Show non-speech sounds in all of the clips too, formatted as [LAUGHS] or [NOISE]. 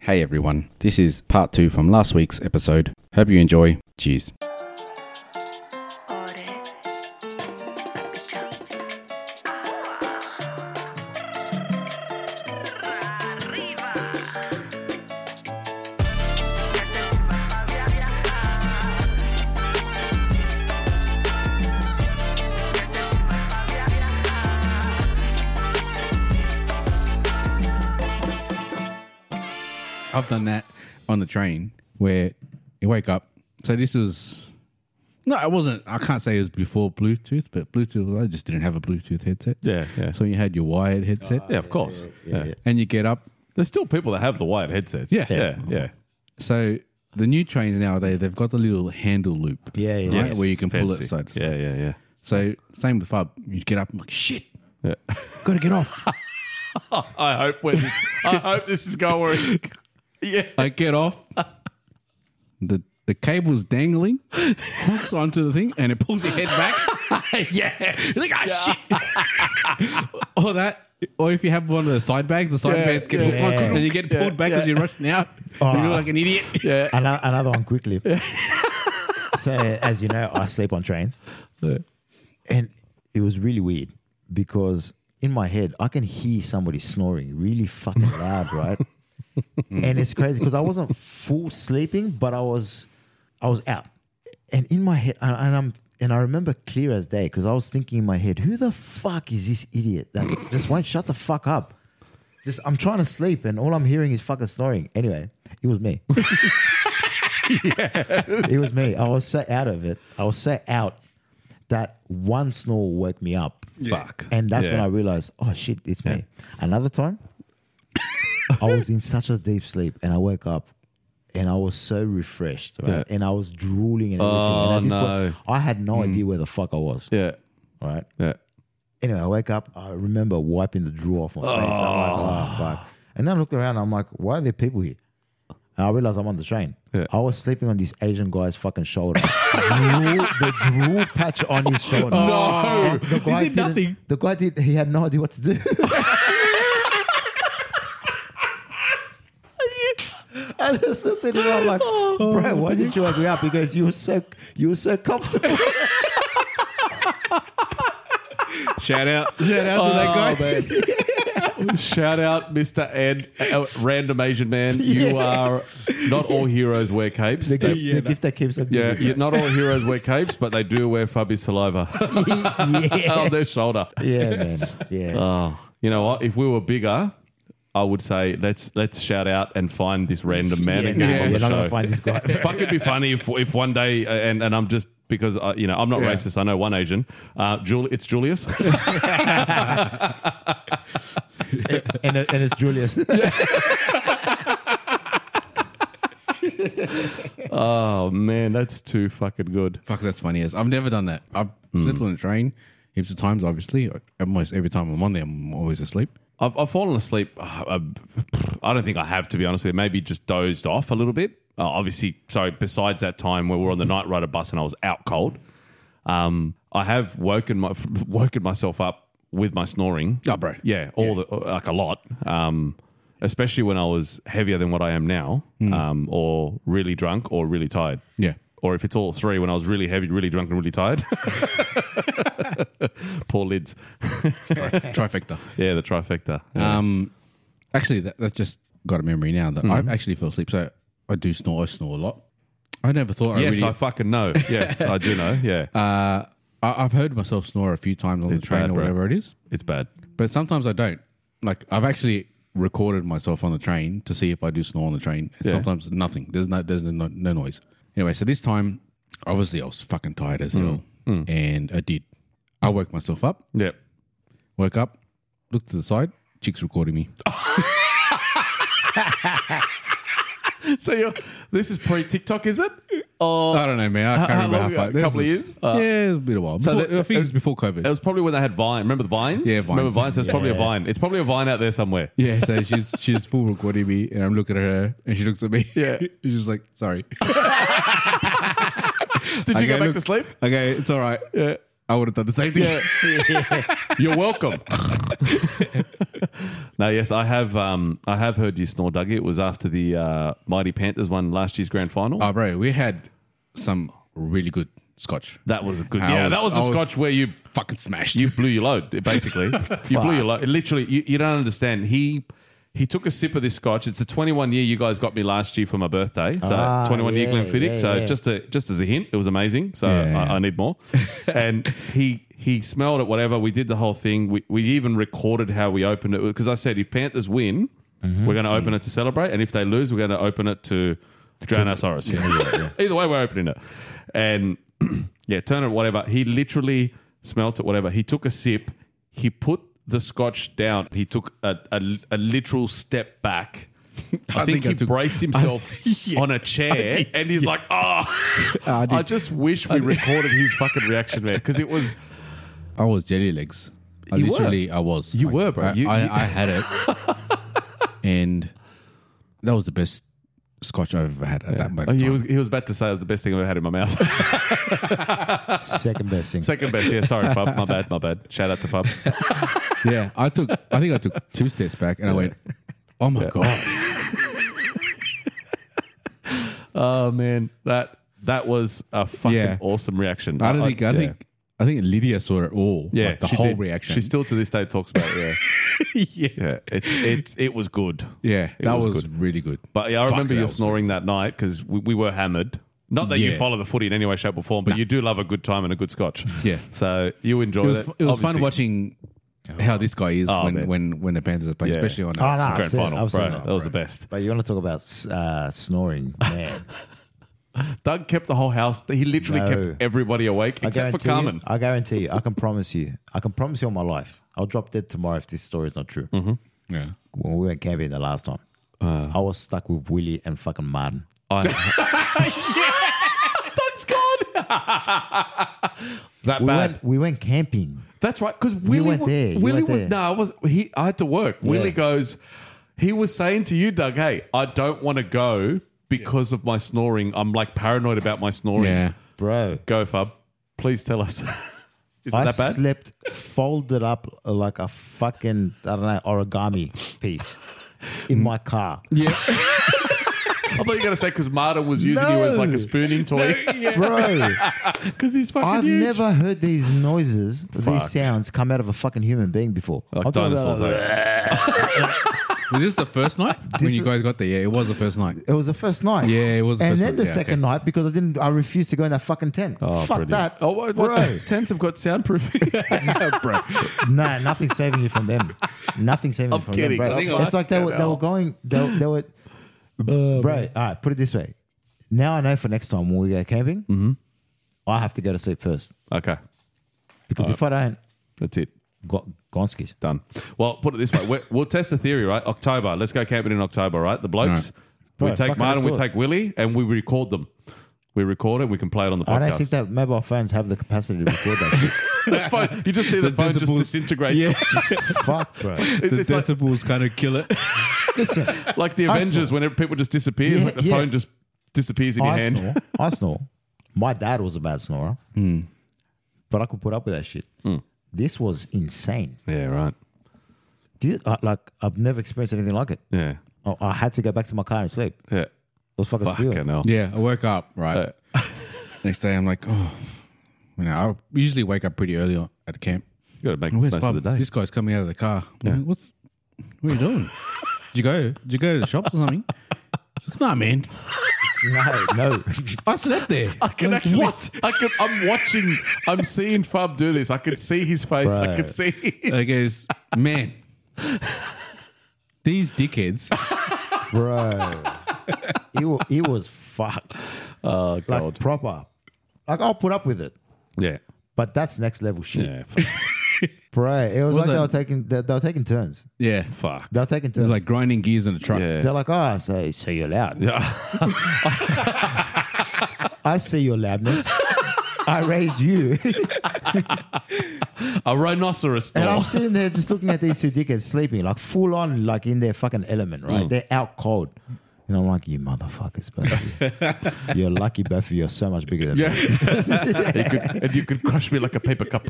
Hey everyone, this is part two from last week's episode. Hope you enjoy. Cheers. I've done that on the train where you wake up. So this was no, it wasn't. I can't say it was before Bluetooth, but Bluetooth. I just didn't have a Bluetooth headset. Yeah, Uh. yeah. So you had your wired headset, yeah, of course. Yeah. and you get up. There's still people that have the wired headsets. Yeah. yeah, yeah. So the new trains nowadays they've got the little handle loop. Yeah, yeah. right, Yes, where you can pull it Fancy. side. to Yeah, yeah, yeah. So same with FUB. You get up and like shit. Yeah. Got to get off. I hope when this, [LAUGHS] I hope this is going where it's, yeah, I get off. The the cable's dangling, hooks onto the thing, and it pulls your head back. yeah. Like, ah, shit. or that. Or if you have one of the side bags, the side Yeah, bags get yeah. hooked on, and you get pulled Yeah, back because yeah. you're rushing out. You look like an idiot. [LAUGHS] Yeah. Ano- another one quickly. so, as you know, I sleep on trains, yeah. and it was really weird because in my head I can hear somebody snoring really fucking loud, right? and it's crazy because I wasn't full sleeping, but I was, I was out, and in my head, and, and I'm. And I remember clear as day because I was thinking in my head, who the fuck is this idiot that [COUGHS] just won't shut the fuck up? Just I'm trying to sleep and all I'm hearing is fucking snoring. Anyway, it was me. It was me. I was so out of it. I was so out that one snore woke me up. Fuck. And that's Yeah. when I realized, oh shit, it's me. Another time, I was in such a deep sleep and I woke up and I was so refreshed, right? Yeah. And I was drooling and everything. and Oh, at this no. Mm. point, I had no idea where the fuck I was, Yeah. all right? Yeah. Anyway, I wake up. I remember wiping the drool off my face. I'm like, oh, fuck. And then I look around. I'm like, why are there people here? And I realize I'm on the train. Yeah. I was sleeping on this Asian guy's fucking shoulder. drool, the drool patch on his shoulder. No. And the guy did didn't- nothing. The guy did. He had no idea what to do. [LAUGHS] I just looked at him. I'm like, Oh. bro, why did you wake me up? Because you were so you were so comfortable. [LAUGHS] Shout out, shout out to Oh, that guy. [LAUGHS] Shout out, Mr. Ed, uh, Random Asian [LAUGHS] Man. You are not all heroes wear capes. the gift, They- the gift that keeps on yeah, giving. you- not all heroes wear capes, but they do wear Fubby saliva [LAUGHS] [LAUGHS] on their shoulder. Yeah, man. Yeah. Oh, you know what? If we were bigger, I would say let's let's shout out and find this random man yeah, and get no, him on you're the not show. gonna find this [LAUGHS] guy. Fuck, it'd be funny if if one day uh, and and I'm just because I, you know I'm not Yeah. racist. I know one Asian. Uh, Jul- it's Julius. [LAUGHS] and, and [LAUGHS] it's Julius. oh man, that's too fucking good. [LAUGHS] Fuck, that's funny as I've never done that. I've slept on a train heaps of times. Obviously, almost every time I'm on there, I'm always asleep. I've, I've fallen asleep. [SIGHS] uh, I don't think I have, to be honest with you. Maybe just dozed off a little bit. Uh, obviously, so besides that time where we were on the night rider bus and I was out cold, um, I have woken my [LAUGHS] woken myself up with my snoring. Oh, bro. Yeah, all the uh, like a lot. Um, especially when I was heavier than what I am now, Hmm. um, or really drunk or really tired. Yeah. Or if it's all three, when I was really heavy, really drunk, and really tired. [LAUGHS] Poor lids. trifecta. Yeah, the trifecta. Um, actually, that, that just got a memory now that Mm-hmm. I actually fell asleep. So I do snore. I snore a lot. I never thought yes, I really. I [LAUGHS] fucking know. Yes, I do know. Yeah, uh, I, I've heard myself snore a few times on the It's train bad, or bro. whatever it is. it's bad. But sometimes I don't. Like I've actually recorded myself on the train to see if I do snore on the train. And Yeah. Sometimes nothing. There's no there's no, no noise. Anyway, so this time, obviously I was fucking tired as hell, Mm. and I did. I woke myself up. Yep. Woke up, looked to the side. Chicks recording me. [LAUGHS] So you're, this is pre TikTok, is it? Oh, I don't know, man. I can't how remember long how ago? far. this Couple of was- years? Uh, yeah, it was a bit of a while. so Before- that- I think it was before it COVID. was probably when they had Vine. Remember the Vines? Yeah, Vines. Remember Vines? So it's probably a Vine. It's probably a Vine out there somewhere. Yeah, so she's she's full recording me, and I'm looking at her, and she looks at me. Yeah. [LAUGHS] she's just like, [LAUGHS] "Sorry." Did you Okay, go back look- to sleep? Okay, it's all right. Yeah. [LAUGHS] I would have done the same thing. Yeah. You're welcome. no, yes, I have. Um, I have heard you snore, Dougie. It was after the uh, Mighty Panthers won last year's grand final. [LAUGHS] Oh, bro, we had some really good scotch. that was a good. I yeah, was- that was a I was- scotch where you Fucking smashed. you blew your load. [LAUGHS] Basically, you blew your load. It Literally, you, you don't understand. He he took a sip of this scotch. It's a 21 year. You guys got me last year for my birthday. So Ah, 21 year yeah, Glenfiddich. yeah, so yeah. just to, just as a hint, it was amazing. So Yeah. I, I need [LAUGHS] more. and he he smelled it. Whatever. We did the whole thing. We we even recorded how we opened it because I said if Panthers win, Mm-hmm. we're going to open it to celebrate, and if they lose, we're going to open it to [LAUGHS] Tyrannosaurus. Either way, we're opening it. And yeah, turn it, whatever. He literally smelt it, whatever. He took a sip. He put the scotch down. He took a, a, a literal step back. [LAUGHS] I, think, think I he took- braced [LAUGHS] himself on a chair and he's like, oh, Ah, I, just wish we recorded his fucking reaction there because it [LAUGHS] was. I was jelly legs. I You were. literally, I was. You were, bro. I, You- I, you- I had [LAUGHS] it, and that was the best scotch I've ever had at that moment. in Oh, He time. was, he was about to say it was the best thing I've ever had in my mouth. [LAUGHS] Second best thing. Second best. Yeah, sorry, Fub. My bad, my bad. Shout out to Fub. [LAUGHS] yeah, I took. I think I took two steps back, and I went, "Oh my god!" Oh, man. That that was a fucking Yeah. awesome reaction. I don't think. I yeah. think. I think Lydia saw it all. Yeah, like the she whole did. reaction. She still to this day talks about [LAUGHS] it. Yeah, yeah. It's it's it was good. yeah, It that was was, really good. But yeah, I Fuck, remember that you was snoring that night because we, we were hammered. Not that you Yeah. follow the footy in any way, shape, or form, but you do love a good time and a good scotch. Yeah. So you enjoy It was, that. it was Obviously- fun watching how this guy is Oh, man. when, when when the Panthers are playing, Yeah. especially on. Oh, no, Grand I've seen it, final, I've seen bro. it. that was the best. But you want to talk about uh, snoring, [LAUGHS] man. Doug kept the whole house. He literally No. kept everybody awake I except for guarantee Carmen. you- I guarantee you. I can promise you. I can promise you on my life. I'll drop dead tomorrow if this story is not true. Mm-hmm. Yeah. When we went camping the last time, Uh. I was stuck with Willie and fucking Martin. Doug's gone. that bad. We went, we went camping. That's right. Because Willie, weren't wa- there, you Willie weren't was there. no, I was. He, I had to work. Willie goes. He was saying to you, Doug, hey, I don't want to go because of my snoring. I'm like paranoid about my snoring. Yeah. Bro, Go, Fub. Please tell us. [LAUGHS] Is it I that bad? slept folded up like a fucking, I don't know, origami piece in my car. I thought you were going to say because Marta was using you as like No. a spooning toy Bro, because he's fucking I've huge. never heard these noises, Fuck. these sounds come out of a fucking human being before. like I'm talking about dinosaurs. like- eh? Was this the first [LAUGHS] night when you is- guys got there? Yeah, it was the first [LAUGHS] night. It was the first night. Yeah, it was the and first then night. the Yeah, second night because I didn't. I refused to go in that fucking tent. Oh, Fuck brilliant. that. Oh, what, what the tents have got soundproofing. [LAUGHS] bro. no, nothing saving you from them. Nothing saving I'm you from kidding. them, I bro. think It's I- like they were they were going. They, were- they were, bro. All right, put it this way. Now I know for next time when we go camping, I have to go to sleep first okay, because if I don't, that's it. got Gonskis. Done. Well, put it this way: We're, we'll test the theory, right? October. Let's go camping in October, right? The blokes. We Right, take fucking Martin, we let's do it. take Willie, and we record them. We record it. We can play it on the podcast. I don't think that mobile phones have the capacity to record that. shit. [LAUGHS] The phone- you just see [LAUGHS] the, The phone just decibels. disintegrates. Yeah. Fuck, bro. It- The it's like, decibels kind of kill [LAUGHS] it. Listen, like the I Avengers, when people just disappear, Yeah, like the yeah. phone just disappears in your I hand. snore. I snore. My dad was a bad snorer, but I could put up with that shit. This was insane. Yeah, right. This, I, like I've never experienced anything like it. Yeah, I, I had to go back to my car and sleep. yeah. Those fuckers Fucking feel. hell. Uh, Yeah, I woke up right. Next day, I'm like, oh, you know, I usually wake up pretty early on, at the camp. You got to make Where's most Bob? of the day. [LAUGHS] This guy's coming out of the car. I'm like, What's what are you doing? Did you go? Did you go to the shops or something? She's like, nah, man. [LAUGHS] No, no. I slept there. [LAUGHS] I can Like, actually. what? I can, I'm watching. I'm seeing Fub do this. I could see his face. I Right. could see. [LAUGHS] I goes, man. These dickheads. bro. It, wa- it was fucked. Oh Like god. proper. Like I'll put up with it, Yeah. but that's next level shit, Yeah. [LAUGHS] bro. It was, like it- they were taking they, they were taking turns. Yeah, Fuck. They were taking it turns. was like grinding gears in a truck. Yeah. They're like, oh, so, so you're loud. Yeah. [LAUGHS] I see your loudness. I raised you. [LAUGHS] A rhinoceros And I'm door. sitting there just looking at these two dickheads sleeping, like full on, like in their fucking element, right? They're out cold. And I'm like, you motherfuckers, both of you. are lucky both of you are so much bigger [LAUGHS] [LAUGHS] than Yeah. [LAUGHS] me. You could- and you could crush me like a paper cup.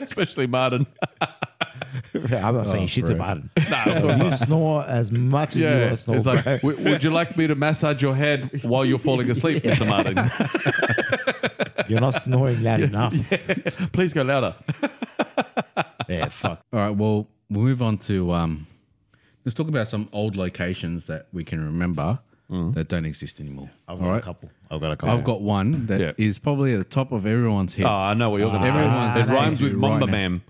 Especially Martin. [LAUGHS] I'm not saying shit bro. about it. No, of course [LAUGHS] You not. snore as much as you Yeah, want to snore. it's like, [LAUGHS] "W- would you like me to massage your head while you're falling [LAUGHS] asleep, Mr. Martin? You're not snoring loud enough. Please go louder. Yeah, fuck. All right. Well, we'll move on to um, let's talk about some old locations that we can remember Mm. that don't exist anymore. I've All got right. a couple. I've got a couple. I've got one that is Yeah. probably at the top of everyone's head. Oh, I know what you're going to Everyone's say. It listening rhymes to with you Mamba right now. Man.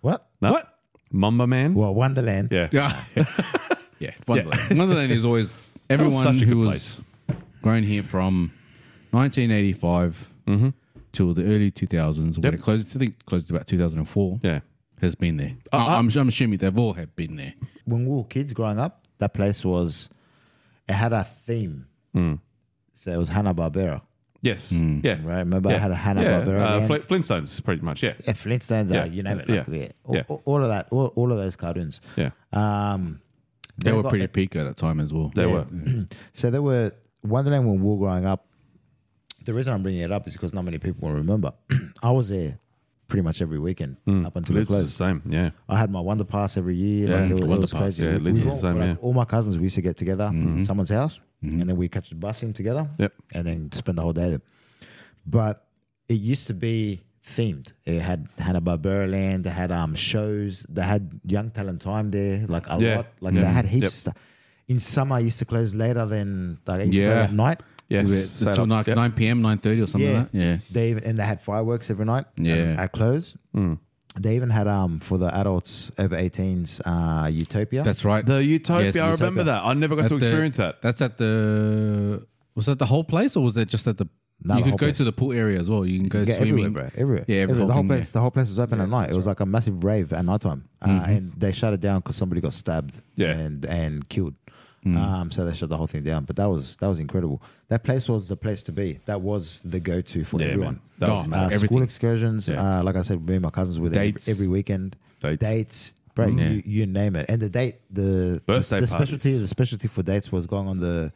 What? No? What? Mamba Man? Well, Wonderland. Yeah. [LAUGHS] Yeah. yeah. Wonderland. [LAUGHS] Wonderland is always everyone such a who good was grown here from 1985 till the early 2000s when Mm-hmm. Yep. it closed. I think it closed about 2004. Yeah. Has been there. Uh, I- I'm, I'm assuming they've all have been there. when we were kids growing up, that place was it had a theme. Hmm. So it was Hanna Barbera, Yes. Hmm. Yeah. right? Remember, Yeah. it had a Hanna yeah. Barbera. Uh, Fl- Flintstones, pretty much. Yeah. yeah, Flintstones, Yeah. yeah. you name it, Yeah. like yeah. All, Yeah. all- all of that, all, all of those cartoons. Yeah. Um, They, they were got- pretty peak at that time as well. They were. So there were Wonderland when we were growing up. The reason I'm bringing it up is because not many people will remember. [CLEARS THROAT] I was there pretty much every weekend Hmm. up until it Lids was the closed. same. Yeah. I had my Wonder Pass every year. Yeah, like it, was- it Wonder was Pass. crazy. Yeah, We- Lids we is the all- same, yeah. All my cousins, we used to get together in someone's house and then we catch the bus in together Yep. and then spend the whole day there. But it used to be themed. It had Hanna-Barbera land. They had um, shows. They had Young Talent Time there, like a Yeah. lot. Like Yeah. they had heaps Yep. of stuff. In summer, I used to close later than like, I used to Yeah. close at night. Yes. It's Sat until up. like Yep. 9 p.m., 9.30 or something like that. Yeah. They even, and they had fireworks every night. Yeah. um, At close. Hmm. They even had um for the adults over 18s uh, Utopia. That's right. The Utopia. Yes, I Utopia. remember that. I never got At to the- experience that. That's at the. Was that the whole place or was that just at the. No, you the could whole go place. to the pool area as well. You can go Yeah, swimming. everywhere, bro. Everywhere. Yeah, every everywhere. whole The whole thing place, the whole place was open at night. It was like a massive rave at nighttime, uh, Mm-hmm. and they shut it down because somebody got stabbed. Yeah. and and killed. Mm. Uh, Um, so they shut the whole thing down. But that was that was incredible. That place was the place to be. That was the go to for Yeah, everyone. man. That was Oh, Uh, mad. school everything. excursions, Yeah. uh, like I said, me and my cousins were there every- Dates. every weekend. Dates. bro. Mm. You, you name it, and the date, the the, Birthday the specialty, parties. the specialty for dates was going on the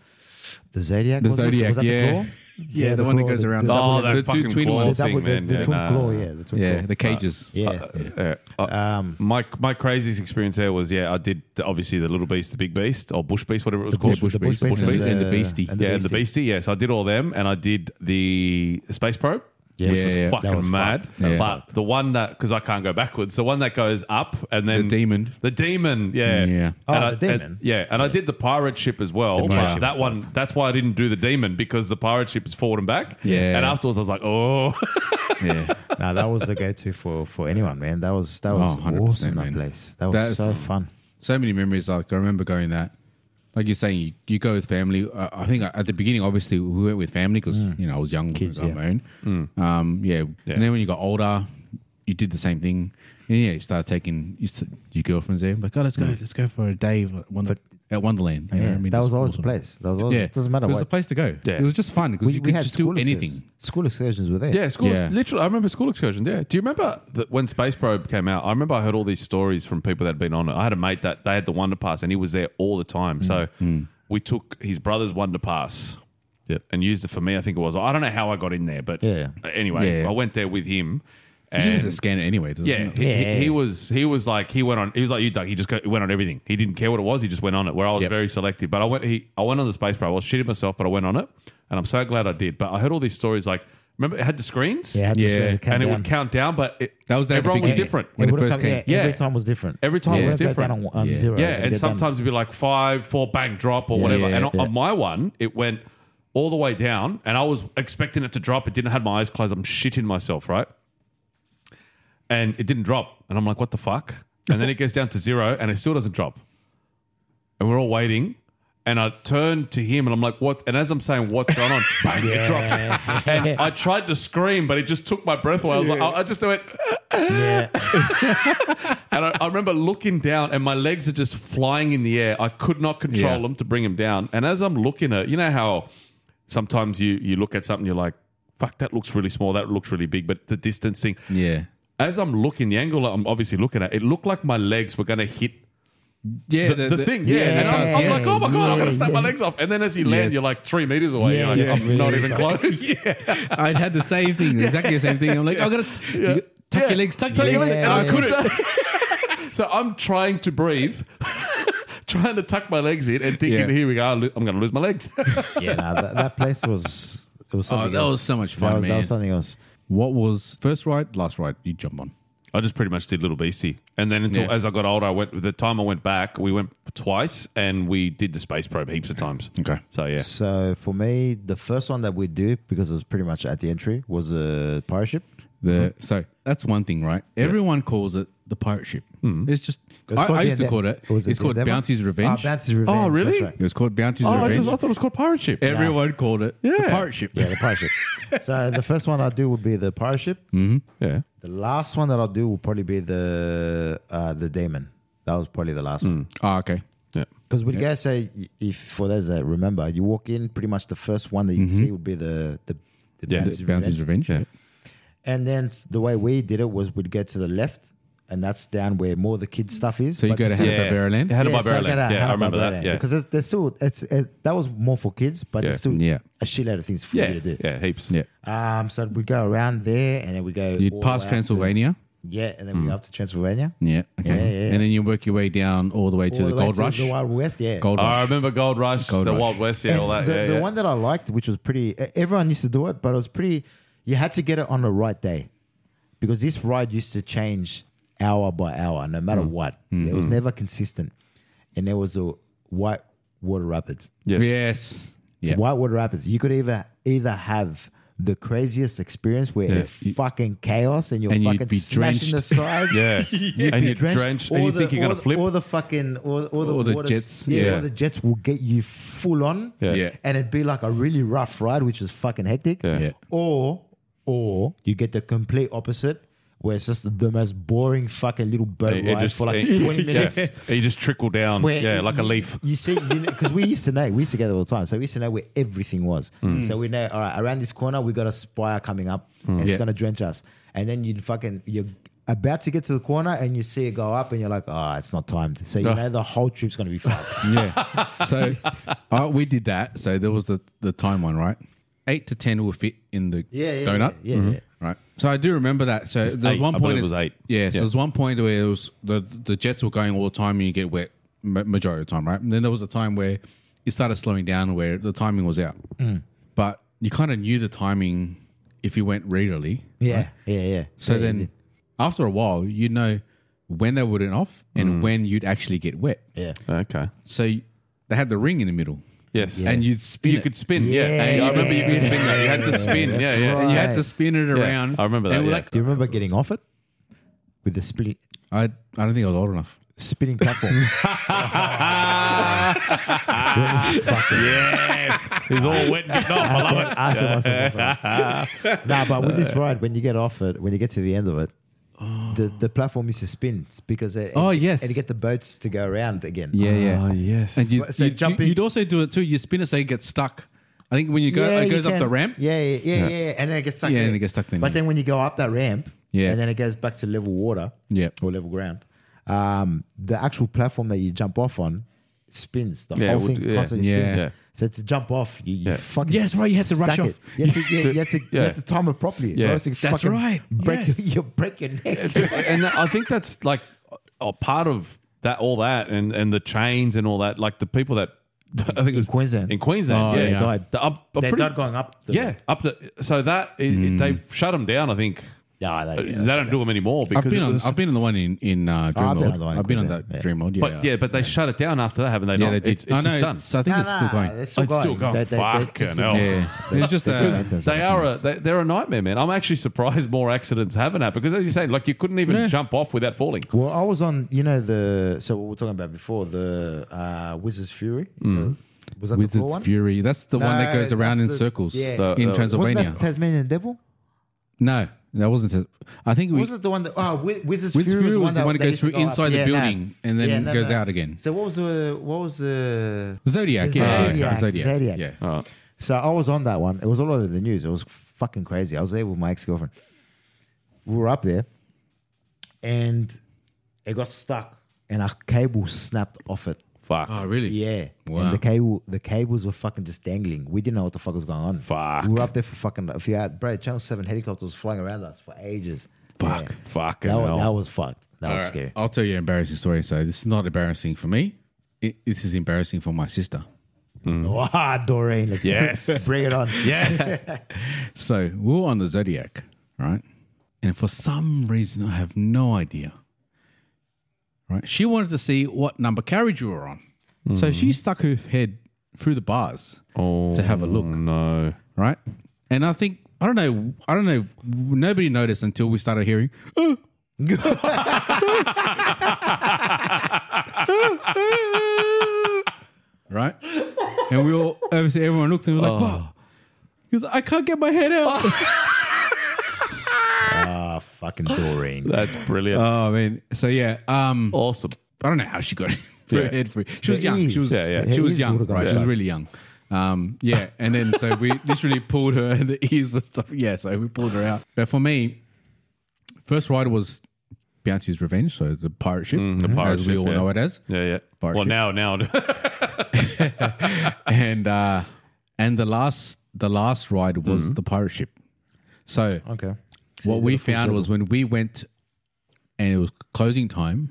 the zodiac. The was it? Zodiac, was that yeah. the claw? Yeah, the, one that claw, goes the- around. the- that's oh, what they- the that two fucking twin claws. ones. the, thing, double- the, man. the Yeah, twin nah. claw, yeah, the twin Yeah, claw. the cages. Yeah. Yeah. Uh, Um, my my craziest experience there was yeah I did the, obviously the little beast the big beast or bush beast whatever it was called Bush the Beast, Bush Bush Beast and Beast and the- the Beastie. and yeah and the beastie yes I did all them and I did the space probe Yeah, which was yeah, yeah. fucking That was mad fucked. That was but the one that because I can't go backwards the one that goes up and then The demon. [LAUGHS] the demon yeah Yeah. Oh, And the I- and- demon. yeah and I did the pirate ship as well pirate but ship that one that's why I didn't do the demon because the pirate ship is forward and back Yeah. and afterwards I was like oh Yeah. no, that was the go-to for for anyone, man. That was that was Oh, 100%, awesome. That man. place. That was That's- so fun. so many memories. Like I remember going that, like you're saying, you, you go with family. Uh, I think at the beginning, obviously, we went with family because you know I was young, Mm. Kids, on yeah. Mm. my own. Um, yeah. Yeah. and then when you got older, you did the same thing. And yeah, you started taking you s- your girlfriends there. Like, oh, let's go, let's go for a day at Wonder, at Wonderland. You know Mm. Yeah, what I mean? that It's was always awesome. the place. That was always, Yeah, it doesn't matter It was what. the place to go. Yeah. It was just fun because you could just do school excursions. anything. School excursions were there. Yeah, school. Yeah. Literally, I remember school excursions. Yeah. Do you remember that when Space Probe came out? I remember I heard all these stories from people that had been on it. I had a mate that they had the Wonder Pass, and he was there all the time. Mm, So we took his brother's Wonder Pass. Yep. And used it for me. I think it was. I don't know how I got in there, but Yeah. Anyway, Yeah. I went there with him. You just And had to scan it anyway. doesn't yeah, it? he, Yeah. He, he was he was like he went on he was like you Doug he just go, he went on everything he didn't care what it was he just went on it where I was Yep. very selective but I went he I went on the space probe I was shitting myself but I went on it and I'm so glad I did but I heard all these stories like remember it had the screens yeah, Yeah, and it would count down but it, That was the everyone was beginning. different When it would've first come- came. yeah, Yeah. every time was different. Every time It was would've gone down different. on, on Yeah. zero. yeah It and did down- sometimes it'd be like five four bang drop or whatever yeah, and on, yeah. on my one it went all the way down and I was expecting it to drop it didn't have my eyes closed I'm shitting myself right and it didn't drop. And I'm like, what the fuck? And then it goes down to zero and it still doesn't drop. And we're all waiting. And I turn to him and I'm like, what? And as I'm saying, what's going on? Bang, it drops. And I tried to scream, but it just took my breath away. I was like, I, I just went, yeah. and I, I remember looking down and my legs are just flying in the air. I could not control Yeah. them to bring them down. And as I'm looking at, you know how sometimes you, you look at something, you're like, fuck, that looks really small, that looks really big, but the distance thing, Yeah. as I'm looking, the angle I'm obviously looking at, it looked like my legs were going to hit Yeah, the, the thing. Yeah. and I'm, I'm yeah, like, oh my God, I'm going yeah, to snap my yeah. legs off. And then as you land, Yes. you're like three meters away. Yeah, you're like, yeah. I'm not even close. yeah. I had the [LAUGHS] same thing, exactly the same thing. I'm like, I gotta t- "Oh, you gotta tuck your legs, tuck, Tuck your your legs. legs. And I yeah. couldn't. [LAUGHS] So I'm trying to breathe, [LAUGHS] trying to tuck my legs in, and thinking, Yeah. "Here we go, I'm going to lose my legs." [LAUGHS] yeah, nah, that, that place was it was something that else. was so much That fun, was- That man. was something else. What was first ride, last ride you jump on? I just pretty much did Little Beastie, and then until Yeah. as I got older, I went. The time I went back, we went twice, and we did the space probe heaps of times. Okay. So yeah, So for me, the first one that we did because it was pretty much at the entry was a pirate ship. The so that's one thing, right? Everyone calls it the pirate ship. Hmm. It's just It was I, called I the used to Inde- call it. was it's called the Endeavour? Bounty's Revenge. Oh, Ah, Bounty's Revenge. that's really? right. it was called Bounty's oh, I, Revenge. just, I thought it was called pirate ship. Everyone called it the Yeah. pirate ship. Yeah, the [LAUGHS] pirate ship. so the first one I'll do would be the pirate ship. Yeah, The last one that I'll do will probably be the uh, the daemon. That was probably the last one. Ah, okay. yeah. Because when guys say, if for those that remember, you walk in, pretty much the first one that you see would be the the, the Yeah, Bounty's The Mm-hmm. Bounty's Revenge. Revenge. Yeah. And then s- the way we did it was we'd get to the left, and that's down where more of the kids stuff is. So you But go to this- Hanna Yeah. Barbera Land. Hanna Yeah, Barbera so Land. get out Yeah, I Hanna remember Barbera that. Land, Yeah. because there's, there's still it's it, that was more for kids, but Yeah. there's still Yeah. a shitload of things for yeah, you to do. yeah, heaps. Yeah. Um, so we go around there, and then we go. all You'd the way up pass to- Transylvania. Mm. yeah, and then we go up to Transylvania. Yeah. Okay. Yeah, yeah, yeah. And then you work your way down all the way to All the, way Gold to Rush. the Wild West. Yeah, Gold I Rush. remember Gold Rush, Gold the Rush. Wild West, yeah, all that. the, yeah, the yeah. one that I liked, which was pretty, e- everyone used to do it, but it was pretty. You had to get it on the right day, because this ride used to change hour by hour, no Mm. matter what. It was Mm-hmm. never consistent, and there was a white water rapids. yes. Yes. Yeah. White water rapids. You could either either have the craziest experience where it's You- fucking chaos and you're And you'd fucking be smashing drenched. [LAUGHS] the sides. [LAUGHS] Yeah. and be you're drenched, and or you the- think you're or going to the- flip. Or the fucking, or, or the, Or the water- jets. Yeah, Yeah. Or the jets will get you full on. Yeah. Yeah. And it'd be like a really rough ride, which is fucking hectic. Yeah. Yeah. Or, or you get the complete opposite. Where it's just the most boring fucking little boat It- it ride just- for like it- twenty [LAUGHS] yeah. minutes. You just trickle down, Where yeah, you- like a leaf. You see, because you know, 'cause we used to know, we used to get it all the time. So we used to know where everything was. Hmm. So we know, all right, around this corner, we got a spire coming up and Yeah. it's going to drench us. And then you fucking, you're about to get to the corner and you see it go up and you're like, oh, it's not timed. So you Ah. know the whole trip's going to be fucked. Yeah. so [LAUGHS] uh, we did that. So there was the, the time one, right? Eight to ten will fit in the [LAUGHS] Yeah, yeah, donut. yeah, yeah, Mm-hmm. Mhm. yeah. Right. So I do remember that. So there was eight. one I point. believe it was eight. Yeah. So Yeah. there was one point where it was the the jets were going all the time and you get wet ma- majority of the time, right? And then there was a time where it started slowing down where the timing was out, Mm. but you kind of knew the timing if you went regularly. yeah, yeah, yeah. So Yeah, then, yeah, after a while, you know when they wouldn't off Mm. and when you'd actually get wet. yeah. Okay. So y- they had the ring in the middle, Yes. and you'd spin. you it. could spin, yeah. And I remember you could spin that. You had to spin, yeah, yeah. And you had to Right. spin it around. I remember And that, we're yeah. like, Do you remember getting off it with the split, I, I don't think I was old enough. spinning platform? [LAUGHS] Yes. It's all wet and getting off. I love it. I said [LAUGHS] myself. nah, but with this ride, when you get off it, when you get to the end of it, the, the platform is to spin because it, Oh, it- yes. and you get the boats to go around again. Ah, yeah. yes. And you, Well, so you, jumping- you'd also do it too. You spin it so you get stuck. I think when you go, Yeah, it you goes up can. the ramp. Yeah, yeah, yeah, yeah, yeah. and then it gets stuck. Yeah, in. and it gets stuck in, But yeah. then when you go up that ramp, Yeah. and then it goes back to level water, Yeah. or level ground. Um, the actual platform that you jump off on spins. The Yeah, it whole would- thing yeah. constantly Yeah. spins. Yeah. So to jump off, you, you Yeah. fucking Yes, right, you had to rush stack off. it. You had to, you, you had to, you Yeah. had to time it properly. Yeah. or else you That's fucking right, Break yes. [LAUGHS] your, you break your neck. and that, I think that's like a part of that, all that, and and the chains and all that. Like the people that [LAUGHS] I think it was Queensland. In Queensland, Oh, yeah, they died. The- I'm- I'm They're pretty- not going up. The yeah, up the so that it, it- they shut them down. I think Yeah, they, they yeah. don't do them anymore because I've been it on. was- I've been on the one in in uh, Dream I've been Lord. on the one in I've been on that Queensland, yeah. Dream Lord. Yeah, but yeah, but they shut it down after that, haven't they? yeah. not? They did. It's, it's, I it's know. done. I think it's still going. It's Oh, it's still going. Fucking hell. Yeah. It's just a- They are a they, they're a nightmare, man. I'm actually surprised more accidents haven't happened because, as you say, like you couldn't even Yeah. jump off without falling. Well, I was on, you know, the so what we were talking about before the uh, Wizard's Fury. Is that- was that the Mm. Wizard's full one? Fury. That's the one that No, goes around that's in the- circles yeah. The- in the- Transylvania. Wasn't that Tasmanian Devil? no, that wasn't. it. I think we. Was it the one that? Oh, Wi- Wizard's, Wizard's Fury was the one that that, they goes used to through go up. inside the Yeah, no. building and then Yeah, no, goes no. out again. So what was the? What was the? Zodiac, The yeah, Zodiac, yeah, Zodiac, Zodiac. yeah. Oh. So I was on that one. It was all over the news. It was fucking crazy. I was there with my ex girlfriend. We were up there, and it got stuck, and our cable snapped off it. Fuck. Oh, really? Yeah. Wow. And the cable, the cables were fucking just dangling. We didn't know what the fuck was going on. Fuck. We were up there for fucking. If you had, bro, Channel Seven helicopters flying around us for ages. Fuck. Yeah. Fuck. That was, that was fucked. That was scary. I'll tell you an embarrassing story. So this is not embarrassing for me. It, this is embarrassing for my sister. Wow, Ah, Doreen. Let's go. Mm. Yes. [LAUGHS] Bring it on. Yes. So we were on the Zodiac, right? And for some reason, I have no idea. Right? She wanted to see what number carriage we were on, so she stuck her head through the bars to have a look. no. Right? And I think I don't know. I don't know. Nobody noticed until we started hearing. "Oh." right? And we all obviously everyone looked and we were like, "Wow." He was like, I can't get my head out. [LAUGHS] Ah, [LAUGHS] fucking Doreen. That's brilliant. [LAUGHS] Oh man, so yeah, um, awesome. I don't know how she got [LAUGHS] her Yeah. head free. She was Her young. ears. She was Yeah, yeah. she Her was ears young. would've gone Right, she was back. really young. Um, yeah, and then so [LAUGHS] we literally pulled her, and the ears were stuff. Yeah, so we pulled her out. But for me, first ride was Bouncy's Revenge, so the pirate ship, the Mm-hmm. pirate as we ship, all yeah. know it as. Yeah, yeah. Bar well, shit. now, now. [LAUGHS] And uh, and the last the last ride was Mm-hmm. the pirate ship. So Okay. what we found was when we went and it was closing time,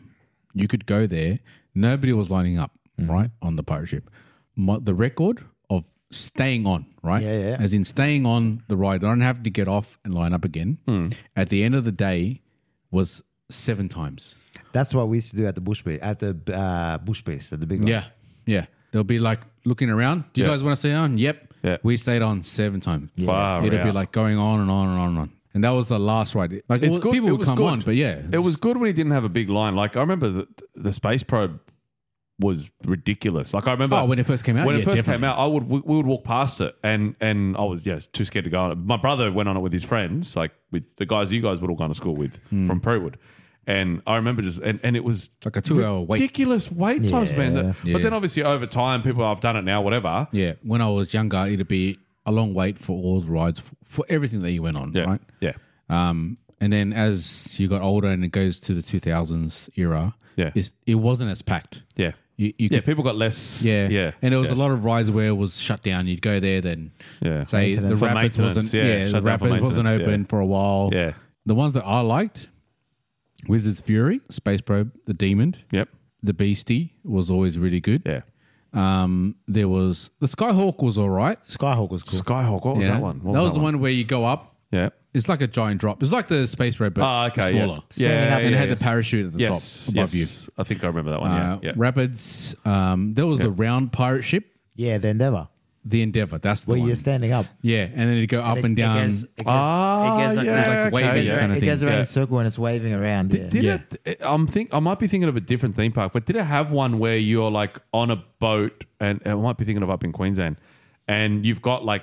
you could go there. Nobody was lining up, Mm. right, on the pirate ship. My, the record of staying on, right? Yeah, yeah, yeah. As in staying on the ride, I don't have to get off and line up again. Hmm. At the end of the day, was seven times. That's what we used to do at the bush base, at the uh, bush base, at the big one. Yeah, yeah. They'll be like looking around. Do you Yeah. guys want to stay on? Yep. Yeah. We stayed on seven times. Far It'll be out. like going on and on and on and on. And that was the last ride. Like It's well, good- people it would was come good. on, but yeah, It was good when he didn't have a big line. Like I remember the, the space probe was ridiculous. Like I remember Oh, when it first came out? When Yeah, it first came definitely. out, I would we, we would walk past it, and and I was yeah too scared to go on it. My brother went on it with his friends, like with the guys you guys would all gone to school with from Prewood. And I remember just and, and it was Hmm. Like a two-hour wait. ridiculous wait times, man. That- Yeah. But then obviously over time, people "Oh, I've done it now, whatever. Yeah, when I was younger, it'd be a long wait for all the rides for, for everything that you went on, Yeah, right? yeah, Um, and then as you got older and it goes to the 2000s era, Yeah. it's, it wasn't as packed. yeah, You, you yeah. could, People got less. yeah, yeah, And there was yeah. a lot of rides where it was shut down. You'd go there, then Yeah. say the Maintenance. For rapids maintenance, wasn't, yeah, yeah, shut the down for rapids wasn't maintenance, open yeah. for a while. Yeah. the ones that I liked, Wizard's Fury, Space Probe, the Demon, Yep. the Beastie was always really good. Yeah. Um, there was the Skyhawk was all right. Skyhawk was cool. Skyhawk. What was Yeah. that one? What that was the one where you go up. Yeah. It's like a giant drop. It's like the space road, but Ah, okay. smaller. Yeah. Standing Yeah. up And it yeah, has yeah. a parachute at the yes, top above yes. I think I remember that one. you. Yeah, Uh, yeah. Rapids. Um, there was the round pirate ship, Yeah, the Endeavor. the Endeavor. That's the Where one. you're standing up. Yeah, and then you go up It- and it down. goes- it goes- Ah, it goes like- yeah, it's okay, like waving. yeah. around- Kinda It thing. goes around in Yeah. a circle and it's waving around. yeah. Did Yeah. it, it- I'm think I might be thinking of a different theme park, but did it have one where you're like on a boat and I might be thinking of up in Queensland, and you've got like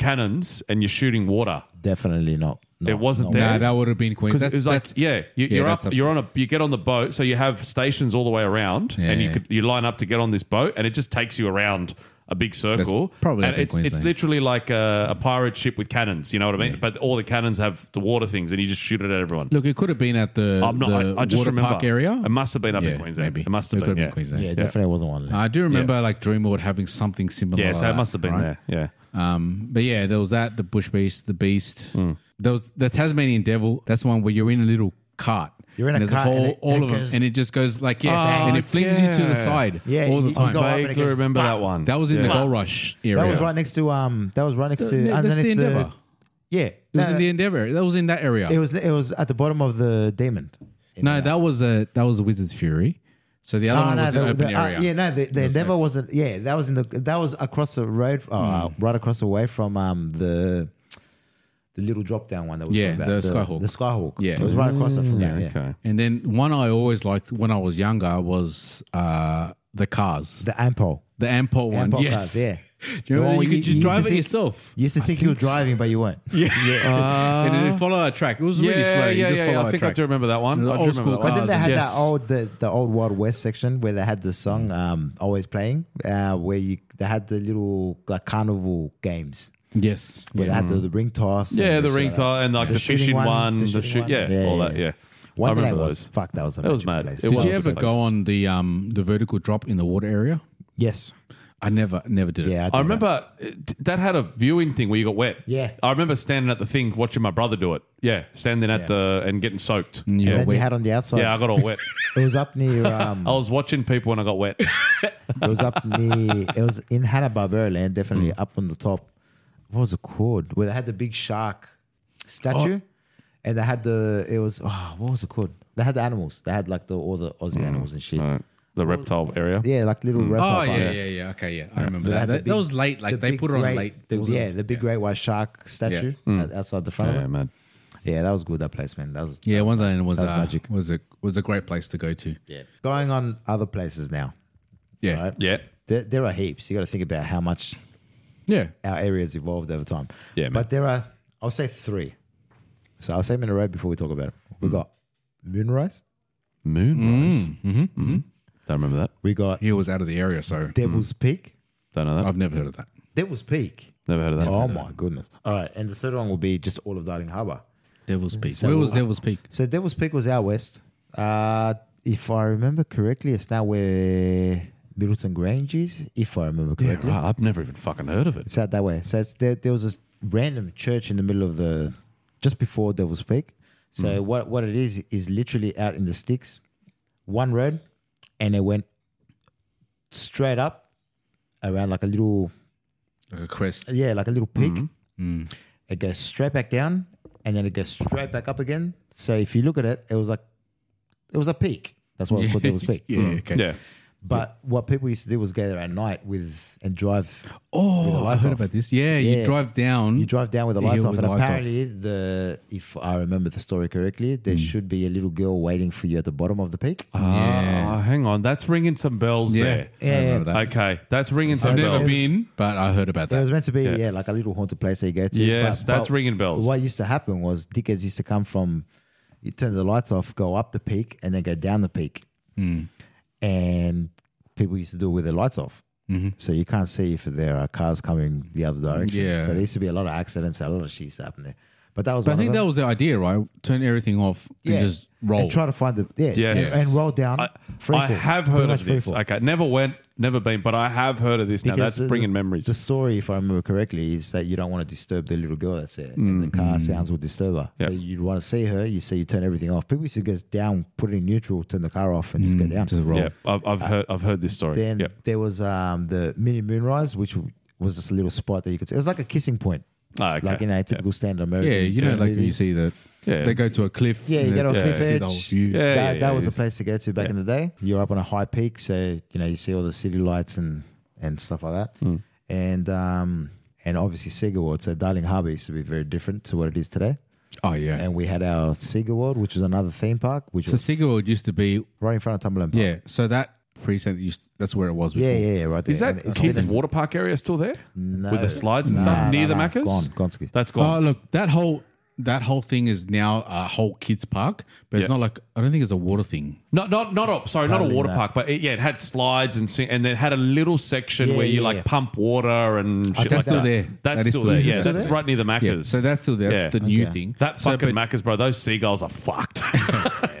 cannons and you're shooting water. Definitely not. There No, wasn't no. there. Nah, that would have been Queens. Because That's, it was like, that's- yeah, you, yeah, you're that's up, up you're on a, you get on the boat, so you have stations all the way around, and you Yeah. could you line up to get on this boat, and it just takes you around a big circle. probably and up in it's it's Queensland. literally like a, a pirate ship with cannons. You know what I mean? But all the cannons have the water things, and you just shoot it at everyone. look, it could have been at the, I'm not. the I, I just water remember park area. It must have been up yeah, in Queensland. Maybe. It must have could been. Yeah. been Queensland. Yeah, definitely wasn't one. I do remember like Dreamworld having something similar. Yeah, like so it that, must have been right? there. Um, but yeah, there was that, the Bush Beast, the Beast. There was the Tasmanian Devil. That's one where you're in a little cart. You're in and a there's cart whole, and it- all and it of them, goes- and it just goes like yeah, Oh, and it flings you to yeah. the side Yeah, all the you- you time. go Yeah, up and it vaguely goes remember bang. that one. that was in the Yeah. Gold Rush area. That was right next to um. That was right next to. No, that's the underneath Endeavor. uh, yeah, It was in no, the Endeavor. area. That was in that area. it was it was at the bottom of the demon. no, that was a that was a Wizard's Fury. So the other one was the, an open the- uh, area. yeah, no, the, the Endeavor wasn't. Yeah, that was in the that was across the road, oh, uh, Hmm. right across the way from um the the little drop down one that we were Yeah, talking the about, Skyhawk. the Skyhawk. Yeah. it was right across it from that. Yeah. Okay. And then one I always liked when I was younger was uh, the cars, The Ampol, the Ampol one. Ampol yes, cars. Yeah, [LAUGHS] Do you remember The one you could you- just you used to drive it think- yourself? you used to think you were driving, but you weren't. and then it follow a track. It was Yeah, really slow. You yeah, just yeah, follow yeah. a I think I track. do remember that one. The I do old remember school that cars one. But then they had Yes. Mm. that old the, the old Wild West section where they had the song um, always playing, uh, where you they had the little like carnival games Yes. where they had the, the ring toss. and Mm. Yeah, the this ring and that. tie and like the, shooting fishing one, the, shooting shoot, one. yeah, all that, yeah. I One day remember was those. fuck. That was a That was magic mad. place. It Did was. you ever go on the um the vertical drop in the water area? Yes. I never, never did it. Yeah, I did that. remember uh, t- that had a viewing thing where you got wet. Yeah. I remember standing at the thing watching my brother do it. Yeah, standing at the and getting soaked. Yeah, And then wait. you had on the outside. Yeah, I got Oh. all wet. It was up [LAUGHS] near. Um, I was watching people and I got wet. It was up near. It was in Hanna Barbera land, definitely Mm. up on the top. What was it called? Where they had the big shark statue, Oh. and they had the. It was oh, what was it called? They had the animals. They had like the all the Aussie animals and shit. Uh, the reptile area. Yeah, like little reptile. Oh yeah, farm. yeah, yeah. Okay, yeah, I remember They that. had the That, that big- was late. Like the they big put it on great- late. the- wasn't yeah, it? the big great white shark statue Mm. uh, outside the front. of Yeah, it. man. yeah, that was good. That place, man. That was Yeah, one day it was, That was uh, magic. was a was a great place to go to. yeah. Going on other places now, Yeah, right? Yeah. There, there are heaps. You got to think about how much yeah. our area's evolved over time. Yeah, man. But there are, I'll say three. So I'll say them in a row before we talk about it. Mm. We got Moonrise. Mm, Moonrise. mm-hmm, Mm-hmm. Don't remember that. We got He was out of the area, so Devil's Peak. Don't know that. Oh, I've never heard of that. Devil's Peak. Never heard of that. Oh my goodness. All right. And the third one will be just all of Darling Harbour. Devil's Peak. So- Where was Devil's Peak? So Devil's Peak was out west. Uh, if I remember correctly, it's now where Middleton Grange is, if I remember Yeah, correctly. right. I've never even fucking heard of it. It's out that way. So it's, there, there was this random church in the middle of the, just before Devil's Peak. So Mm. what what it is is literally out in the sticks, one road, and it went straight up, around like a little Like a crest. yeah like a little peak. Mm-hmm. Mm. It goes straight back down, and then it goes straight back up again. So if you look at it, it was like it was a peak. That's why it's [LAUGHS] called Devil's Peak. Yeah, okay. Yeah. But what people used to do was go there at night with and drive Oh, I lights heard off. about this. Yeah, Yeah. you drive down. You drive down with the Yeah, lights off, with and the lights off. apparently, the if I remember the story correctly, there Mm. should be a little girl waiting for you at the bottom of the peak. Ah, hang on. That's ringing some bells yeah, there. I remember that. Okay. That's ringing I've some never bells. been, but I heard about It was that. meant to be, yeah. like a little haunted place that you go to. Yes, that's ringing bells. What used to happen was dickheads used to come from, you turn the lights off, go up the peak, and then go down the peak. Hmm. And people used to do it with their lights off. Mm-hmm. So you can't see if there are cars coming the other direction. Yeah. So there used to be a lot of accidents, a lot of shit used to happen there. But that was. But I one of think them. that was the idea, right? Turn everything off and just roll. and try to find the yeah Yes. and, and roll down. I, free I fall. have Pretty heard much of free this. fall. Okay. Never went, never been, but I have heard of this now. Because That's bringing the, memories. The story, if I remember correctly, is that you don't want to disturb the little girl that's there, and Mm-hmm. the car sounds will disturb her. So you want to see her. You see, you turn everything off. People used to go down, put it in neutral, turn the car off, and just go down. Just roll. Mm. yeah. I've, I've heard I've heard this story. Uh, Then Yep. there was um, the mini moonrise, which was just a little spot that you could. See. It was like a kissing point, Ah, okay. like in a typical standard American. Yeah, you know, like when you movies. see that Yeah. they go to a cliff. Yeah, you and get on there's- cliff see the whole edge. view. Yeah, that yeah, that yeah, was it the is. place to go to back in the day. You're up on a high peak, so you know you see all the city lights and and stuff like that. Hmm. And um and obviously Sega World. So Darling Harbour used to be very different to what it is today. Oh yeah. And we had our Sega World, which was another theme park, which so was Sega World used to be right in front of Tumberland Park. yeah. So that precinct used that's where it was before. Yeah, yeah, yeah, right there. Is And that it's kids' finished- water park area still there? uh, No. With the slides and Nah, stuff nah, near nah. the Macca's? Gone, gone, ski. That's gone. Oh look, that whole that whole thing is now a whole kids park, but it's Yeah. not like I don't think it's a water thing. Not not not a sorry, not a Apparently water that. park, but it, yeah, it had slides and swi- and then had a little section Yeah, where you yeah, like yeah. pump water and shit that's like still that. there. That's That is still still there. there. Yeah, Is it that's still right near the Macca's. Yeah, so that's still that's Yeah. the new Okay. thing. that So, fucking but- Macca's, bro. Those seagulls [LAUGHS] are fucked.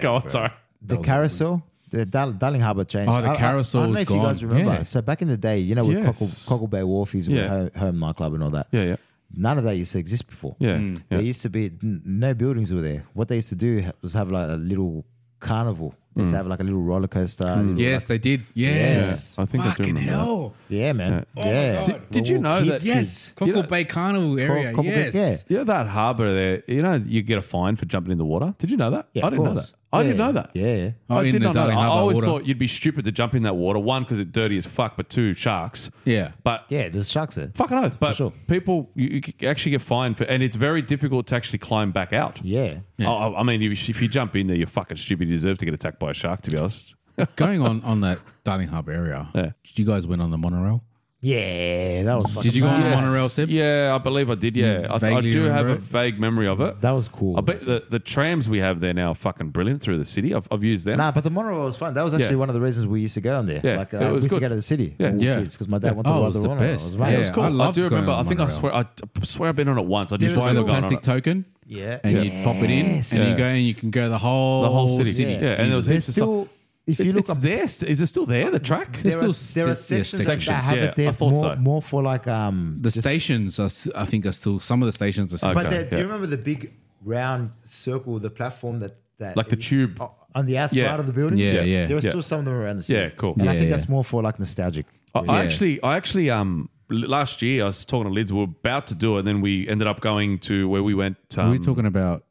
[LAUGHS] Go on, sorry. the carousel. The Dar- Darling Harbour changed. Oh, the I- I- I, carousel's don't know if you guys gone. remember. Yeah. So back in the day, you know, with Yes. Cockle, Cockle Bay Wharfies, with Yeah. home, home nightclub and all that. Yeah, yeah, None of that used to exist before. yeah. There used to be n- no buildings were there. What they used to do ha- was have like a little carnival. They used to have like a little roller coaster. a little- Yes, they did. Yes, Yeah, I think I do fucking remember that. hell. yeah, man. Yeah. God. Did you know that- Yes, You Cockle know- Bay Carnival area. Cockle Bay, yes, yeah. You know that harbour there. You know you get a fine for jumping in the water. Did you know that? Yeah, I of didn't know course. that. I Yeah. didn't know that. Yeah, yeah. Oh, I in did the not know Darling that. I Harbour always water. thought you'd be stupid to jump in that water. One because it's dirty as fuck, but two sharks. Yeah. but Yeah, there's sharks there. Fucking oath. But sure. people, you, you actually get fined for, and it's very difficult to actually climb back out. Yeah. I- I, I mean, if, if you jump in there, you're fucking stupid. You deserve to get attacked by a shark, to be honest. Going on on that Darling Harbour area. Yeah. You guys went on the monorail. Yeah, that was fucking Did you go on the mad. Yes. monorail, Seb? Yeah, I believe I did. Yeah, I, I vaguely do have remember a it? vague memory of it. That was cool. I bet the, the trams we have there now are fucking brilliant through the city. I've, I've used them. Nah, but the monorail was fun. That was actually Yeah. one of the reasons we used to go on there. Yeah, like, uh, it was we used good. to go to the city. Yeah. Yeah. Because my dad wanted Oh, to it ride was the the monorail. It best. was Yeah, rad. it was cool. I I, loved do going remember. on I the think I monorail. swear. I, I swear I've been on it once. I You just buy the remember going on plastic it. token. Yeah. and Yeah. you pop it in, Yes. and Yeah. you go and you can go the whole the whole city. Yeah, and there was There's heaps of stuff. still if you look it's up, there. st- Is it still there? The track? There's there are, still there are se- yeah, sections, that sections, have yeah. it there I thought more, so. more for like um. The stations are, s- I think, are still some of the stations are still. Okay. But the, do yeah. you remember the big round circle, the platform that that Like the tube. o- on the outside Yeah. of the building? Yeah, Yeah. yeah. There were Yeah. still some of them around the city. Yeah, cool. And Yeah, I think yeah. that's more for like nostalgic. I, I Yeah. actually, I actually, um, l- last year I was talking to Lids. We were about to do it, and then we ended up going to where we went. Um, Are we talking about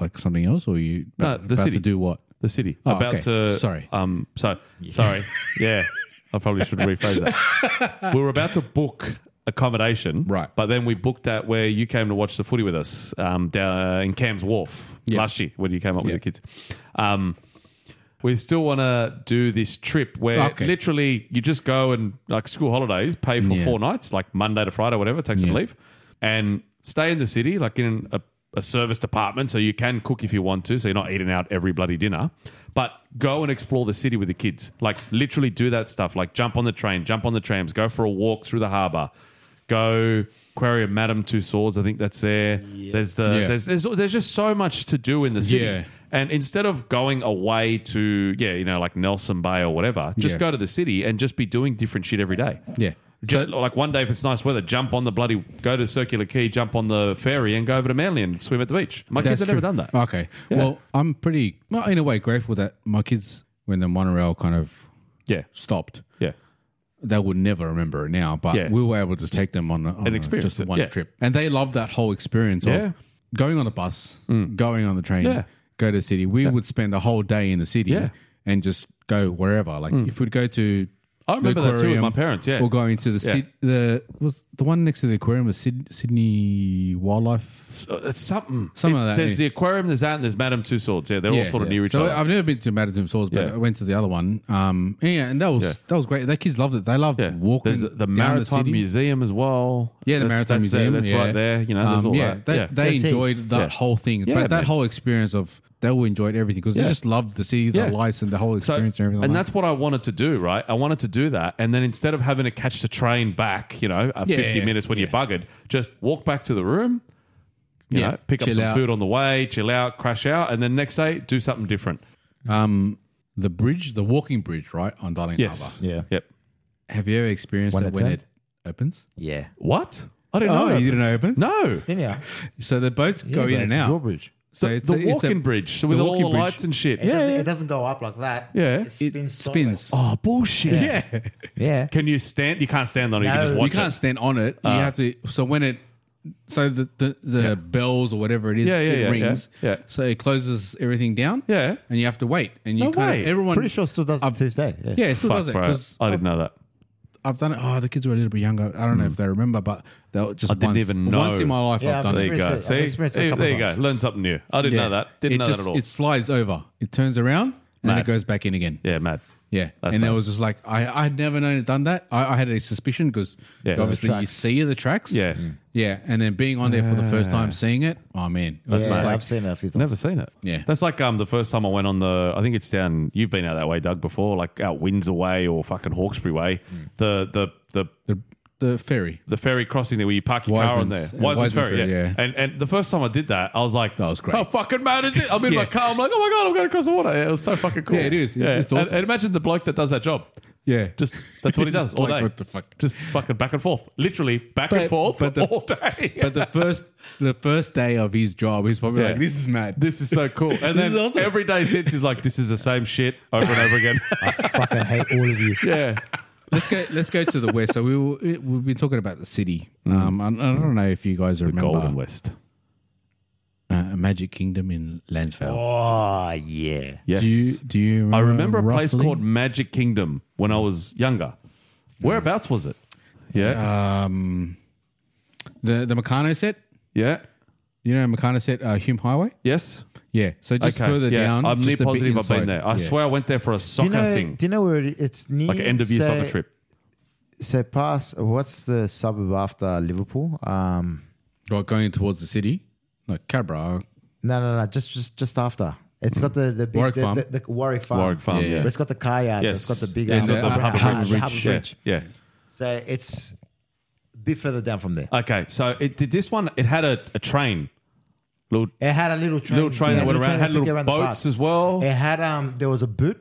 like something else, or you No, about, the about city. to do what? the city. Oh, about okay. to. Sorry. Um. So sorry. Yeah. I probably should rephrase [LAUGHS] that. we were about to book accommodation, Right. But then we booked that where you came to watch the footy with us, um, down in Cam's Wharf Yeah. last year when you came up Yeah. with the kids. Um. We still want to do this trip where Okay. literally you just go and like school holidays, pay for Yeah. four nights, like Monday to Friday, whatever, take some Yeah. leave, and stay in the city, like in a, a service department. So you can cook if you want to. So you're not eating out every bloody dinner, but go and explore the city with the kids. Like literally do that stuff. Like jump on the train, jump on the trams, go for a walk through the harbour, go. Quarry of Madame Two Swords, I think that's there. There's the Yeah. there's, there's there's just so much to do in the city. Yeah. And instead of going away to, yeah, you know, like Nelson Bay or whatever, just Yeah. go to the city and just be doing different shit every day. Yeah. Ju- like one day, if it's nice weather, jump on the bloody, go to Circular Quay, jump on the ferry and go over to Manly and swim at the beach. My That's kids have true. never done that. Okay. Well, I'm pretty, well, in a way, grateful that my kids, when the monorail kind of yeah. stopped, Yeah. they would never remember it now. But Yeah. we were able to take them on, a- on And a- experience just it, one yeah. trip, and they loved that whole experience Yeah. Mm. of going on the bus, going on the train, Yeah. go to the city. We would spend a whole day in the city Yeah. Mm. and just go wherever. Like if we'd go to. I remember the that too with aquarium my parents, yeah. or going to the Yeah. Syd- the was the one next to the aquarium was Syd- Sydney Wildlife. So uh, it's something. Something like that, There's yeah. the aquarium, there's that, and there's Madame Two Swords. Yeah, they're all sort of near each so uh, other. I've never been to Madison Source, but Yeah. I went to the other one. Um, yeah, and that was Yeah. that was great. Their kids loved it. They loved yeah. walking There's the, the down the Maritime city. Museum as well. Yeah, the That's- Maritime that's there, Museum. That's yeah. right there. You know, there's Um, all yeah, that. They, yeah. they That's it. enjoyed that Yeah. whole thing, Yeah, but that man. whole experience of they all enjoyed everything because Yeah. they just loved the city, the Yeah. lights, and the whole So- experience and everything. And like that's what I wanted to do, right? I wanted to do that. And then instead of having to catch the train back, you know, at Yeah, 50 yeah, minutes when you're yeah. buggered, just walk back to the room, you Yeah, know, pick up chill some out. food on the way, chill out, crash out, and then next day do something different. that. um, the bridge, the walking bridge, right on Darling Yes. Harbour. Yeah. Yep. Have you ever experienced When it it when turns? it opens? Yeah. What? I didn't Oh, know. it you didn't opens. know No. Then yeah. So the boats Yeah, go bro, in and it's a out. Drawbridge. So the walking bridge. So with all the walking bridge. lights and shit. It, doesn't, it doesn't go up like that. Yeah. It spins. it spins. sideways. Oh, bullshit. yeah, [LAUGHS] Yeah. Can you stand? You can't stand on it. You can No. just You watch you can't it. Uh. stand on it. You have to. So when it, so the the, the bells or whatever it is, Yeah, yeah, it yeah, yeah, rings. yeah. So it closes everything down. Yeah. and you have to wait. And you No kind way. of everyone Pretty sure it still does Up- up to this day. Yeah. Yeah, it still does Fuck, it bro. because I I've, didn't know that. I've done it. Oh, the kids were a little bit younger. I don't know if they remember, but they were just Mm. I didn't once, even know. once in my life Yeah, I've I've done There it. you go. I've See, experienced it a there couple there you of go. times. Learn something new. I didn't Yeah. know that. Didn't it know just, that at all. It slides over. It turns around and then Mad. it goes back in again. Yeah, mad. Yeah, That's and mad. it was just like I, I'd never known it done that. I, I had a suspicion because Yeah. obviously The you tracks. see the tracks. Yeah. Mm. yeah, and then being on there for the first time, seeing it. Oh man, that's Yeah, just like I've seen it a few times. Never seen it. Yeah. that's like um the first time I went on the. I think it's down. You've been out that way, Doug, before, like out Windsor Way or fucking Hawkesbury Way. Mm. The the the. the, the ferry. The ferry crossing there where you park your car on there. Wiseman's- Wiseman's Wiseman Ferry, Ferry, yeah. yeah. And and the first time I did that, I was like, That was great. How fucking mad is it? I'm [LAUGHS] in Yeah. my car. I'm like, oh my God, I'm going to cross the water. Yeah, it was so fucking cool. [LAUGHS] Yeah, it is. It's- it's awesome. And, and imagine the bloke that does that job. Yeah, Just That's [LAUGHS] what he Just does all like, day. what the fuck? Just fucking back and forth. Literally back But- and forth but the- [LAUGHS] all day. but the first the first day of his job, he's probably Yeah. like, "This is mad. This is so cool. And This then is awesome. every day since is like, this is the same shit over and over again. Fucking hate [LAUGHS] all of you. yeah. let's go. Let's go to the west. So we will. We'll be talking about the city. Um, I, I don't know if you guys Mm. Golden remember West. uh, Magic Kingdom in Lansvale. Oh yeah. Yes. Do you do you? Remember I remember a place roughly? called Magic Kingdom when I was younger. Whereabouts was it? Yeah. um the the Meccano set. yeah. You know Meccano set, uh, Hume Highway. Yes. Yeah. So just Okay. further yeah. down. I'm near just a bit positive I've been inside. there. I Yeah. swear I went there for a Do soccer you know? thing. Do you know where it, it's near? Like an end of year so- soccer trip. So past what's the suburb after Liverpool? Um, Like going towards the city, like Cabra. no, no, no. Just just just after. It's got the the big Warwick the, Farm. The, the Warwick Farm. Hmm. Warwick Farm, Yeah, yeah. But It's got the kayak. Yes. It's got the big. Yeah, it's um, got the Harbour Harbour Bridge. Harbour Yeah. Bridge. yeah. So it's a bit further down from there. Okay. So it did this one, it had a, a train. Little, It had a little train. little train yeah, that went little around. train It had took you little around the boats park. as well. It had um. There was a boot.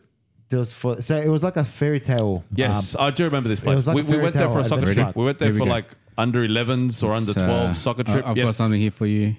There was for, so it was like a fairy tale. Yes, um, I do remember this place. was like we, a we fairy went there tale for a soccer adventure trip. park. We went there Here we for go. like under 11s or under So, 12 soccer I- trip. uh, I've got yes. something here for you.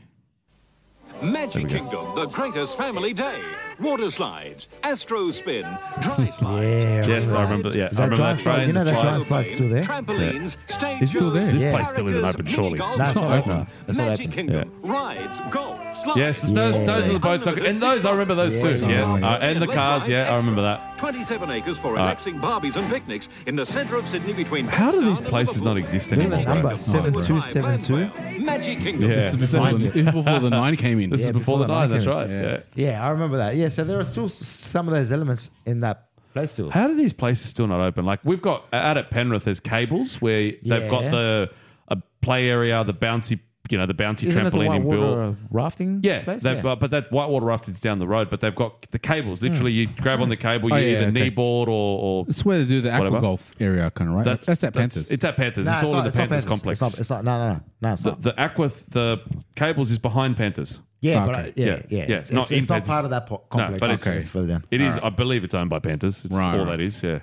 Magic Kingdom, the greatest family day. Water slides, astro spin, [LAUGHS] dry slides. Yeah, Yes, I right. remember. Yeah, I That remember dry that slide, train. you know the that dry slide. slide? slide's still there? Trampolines, stage It's still shows, there. This Yeah. place still isn't open, characters, surely. mini-golf, No, it's not open. open. It's not Magic open. Kingdom, rides, golf, slides. Yes, those, those are the boats. I, and those, I remember those too. Yeah. Yeah. Uh, and the cars, yeah, I remember that. Uh, 27 acres for relaxing barbies and picnics in the center of Sydney between. How do Bankstown these and places not Liverpool. exist Look at anymore? that bro? number, seven two seven two. Landwell, Magic Kingdom. Yeah. This is before, Find the, this is before the nine came in. This is Yeah, before the before nine, the that's nine right. Yeah. Yeah, I remember that. Yeah, so there are still s- some of those elements in that place still. How do these places still not open? Like we've got out at Penrith, there's cables where they've got Yeah. the a play area, the bouncy, you know, the bouncy Isn't it the trampoline in Bill. whitewater rafting? Yeah, place? they've got- but that whitewater rafting's down the road. But they've got the Hmm. cables. Literally, you grab on the cable, you Oh, yeah, either okay. knee board or, or It's where they do the aqua Whatever. golf area, kind of right. That's, that's at Panthers. It's at Panthers. No, it's all not- in the not Panthers, complex. It's not, it's not. No, no, no. No, it's not. the, the aqua, the cables is behind Panthers. yeah, okay. but I- yeah, Yeah, yeah, yeah, It's, it's not it's, in not Panthers. part of that po- complex. but it's, it's- it's further down. It is, I believe, it's owned by Panthers. It's Right, all right. that is. Yeah,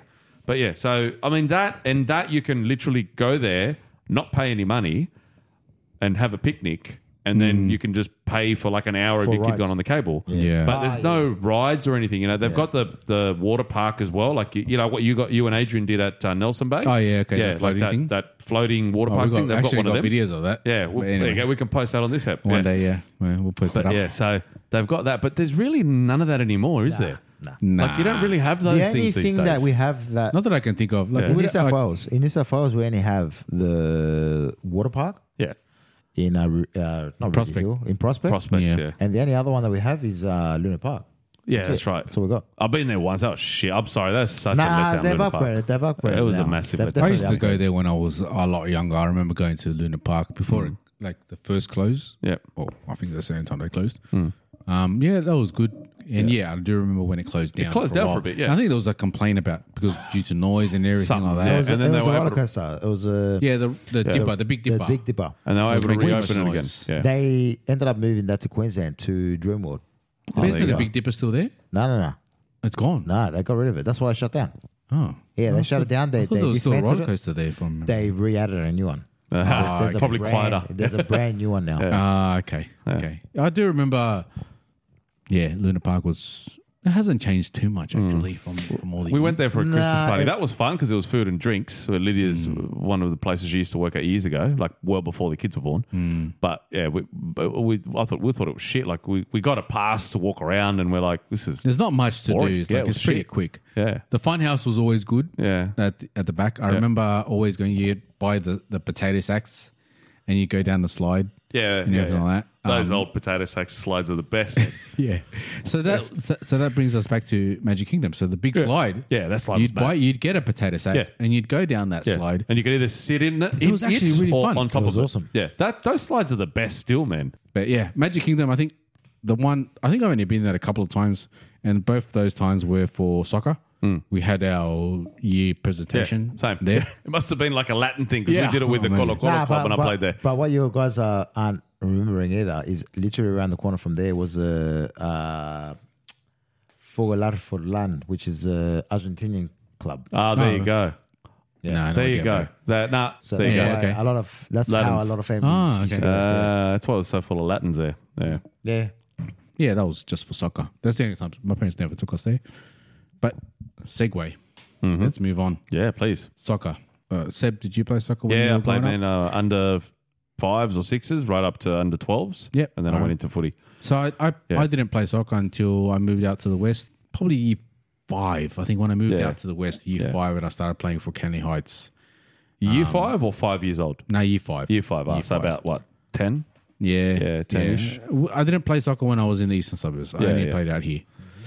but yeah. So I mean that, and that you can literally go there, not pay any money, and have a picnic, and then you can just pay for like an hour if For you keep rides. going on the cable. Mm. Yeah. But there's Ah, no rides or anything. You know, they've got the the water park as well. Like you, you know what you got, you and Adrian did at uh, Nelson Bay. Oh, yeah, okay, the Yeah, like floating that, thing. that floating water Oh, park we've got, thing. They've got actually one got of them. videos of that. Yeah, well, But there anyway, you go. We can post that on this app. One yeah. day, yeah, we'll we'll post that But up. yeah, so they've got that. But there's really none of that anymore, is there? nah. Like you don't Nah. really have those The only things these thing days. that we have that Not that I can think of. Like, Yeah. we in New don't- South like- Wales, in New South Wales, we only have the water park yeah, in uh, Ru- uh, not Prospect. Prospect. Hill, in Prospect, prospect. Yeah, Yeah. yeah, and the only other one that we have is uh, Luna Park. that's, it. right. That's all we got. I've been there once. Oh shit! I'm sorry. That's such Nah, a letdown. they've Luna upgraded. Park. They've upgraded. It was a now. massive They've letdown. I definitely used to go upgraded. there when I was a lot younger. I remember going to Luna Park before it, like the first close. Yeah. Hmm. Well, I think the same time they closed. Um, yeah, that was good. And yeah. I do remember when it closed down. closed down for a while. bit, yeah. And I think there was a complaint about because due to noise and everything Something, like yeah. that. It was, And then it they was a were able roller to- coaster. It was a Yeah, the the dipper, the big dipper. the Big Dipper. And they were It was able to making too reopen it much again. noise. Yeah. They ended up moving that to Queensland to Dream World. Isn't Oh, you the go. big dipper still there? No, no, no, It's gone. no. They got rid of it. That's why I shut down. Oh. Yeah, they shut it down. They I thought they there was still a roller dismantled it. coaster there from. They re-added a new one. Ah, There's a probably brand- quieter. There's a brand new one now. Ah, okay, okay. I do remember. Yeah, Luna Park was. It hasn't changed too much actually from from all the. [LAUGHS] Mm. We years. went there for a Nah, Christmas party. it- that was fun because it was food and drinks. So Hmm. Lydia's one of the places she used to work at years ago, like well before the kids were born. Hmm. But yeah, we, but we I thought we thought it was shit. Like we, we got a pass to walk around, and we're like, this is There's not much to do. boring. It's Yeah, like it was it's pretty shit. quick. Yeah. The fun house was always good. Yeah. At the, at the back, I remember always going. You buy the the potato sacks, and you go down the slide. yeah, And yeah, everything yeah. like that. Those Um, old potato sack slides are the best. [LAUGHS] man. Yeah. So that's so, so that brings us back to Magic Kingdom. So the big slide. Yeah, that slide was You'd mad. buy. You'd get a potato sack, Yeah. and you'd go down that Yeah. slide. And you could either sit in it, It was in actually really or fun. on top It was of awesome. it. Yeah, that those slides are the best still, man. But yeah, Magic Kingdom. I think the one. I think I've only been there a couple of times, and both those times were for soccer. We had our year Hmm. Yeah, presentation same. there. [LAUGHS] It must have been like a Latin thing because Yeah. we did it with the Oh, Colo man. Colo Nah, Club when I but- played there. But what you guys are, aren't remembering either is literally around the corner from there was a uh, Fogolar Forlan, which is a Argentinian club. Ah, there Oh. you go. Yeah, no, no, There I you get go. that. That nah, So there you that's go. yeah. why Okay. a lot of that's how Latins. a lot of families. Ah, used to okay. go there, yeah. Uh, that's why it was so full of Latins there. Yeah. yeah. Yeah, that was just for soccer. That's the only time my parents never took us there. But segue. Mm-hmm. Let's move on. Yeah, please. Soccer. Uh, Seb, did you play soccer? When you Yeah, I were played growing up? man uh, under fives or sixes, right up to under twelves. Yep. And then I Alright. went into footy. So I I, Yeah. I didn't play soccer until I moved out to the west. Probably year five. I think when I moved Yeah. out to the west, year Yeah. five, and I started playing for Canley Heights. Year five or five years old? No, year five. Year five. ah, Um, Year so five. about what? Ten? Yeah, Yeah, 10-ish. W- I didn't play soccer when I was in the eastern suburbs. I Yeah, only yeah. played out here.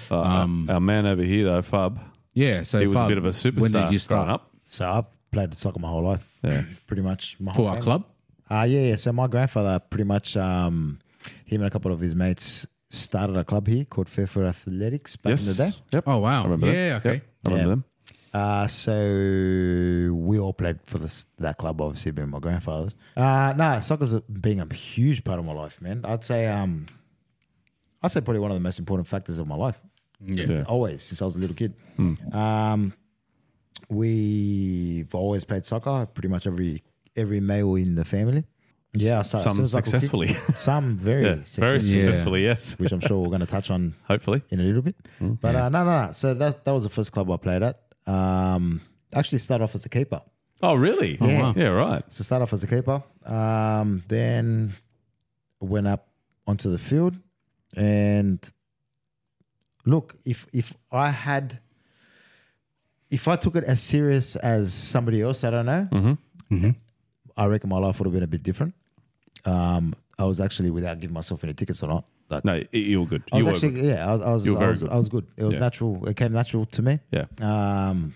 Uh, our man over here though, Fab. Yeah, Um, so He was a far- bit of a superstar When did you start growing up. So I've played soccer my whole life. Yeah. [CLEARS THROAT] pretty much my whole for our family. club? Uh, yeah, yeah. So my grandfather pretty much, um, him and a couple of his mates started a club here called Fairfield Athletics back Yes. in the day. Yep. Oh wow! I remember that. yeah, okay. Yep. I remember Yeah. them. Uh, so we all played for this that club, obviously being my grandfather's. Uh, no, soccer's been a huge part of my life, man. I'd say, um, I'd say probably one of the most important factors of my life. Yeah. always since I was a little kid. Hmm. Um, we've always played soccer, pretty much every every male in the family. Yeah, I started, as Some soon as I could kick- successfully. some [LAUGHS] very Yeah, very successfully, successfully, yes. which I'm sure we're going to touch on Hopefully. in a little bit. But uh, no, no, no. So that that was the first club I played at. Um, actually, started off as a keeper. Oh, really? Yeah. wow. Yeah, right. So start off as a keeper. Um, then went up onto the field, and look, if if I had, if I took it as serious as somebody else, I don't know. I reckon my life would have been a bit different. Um, I was actually without giving myself any tickets or not. Like, No, y- you were good. I You was were actually good. yeah, I was I was, You were I very was, good. I was good. It was Yeah. natural. It came natural to me. Yeah. Um,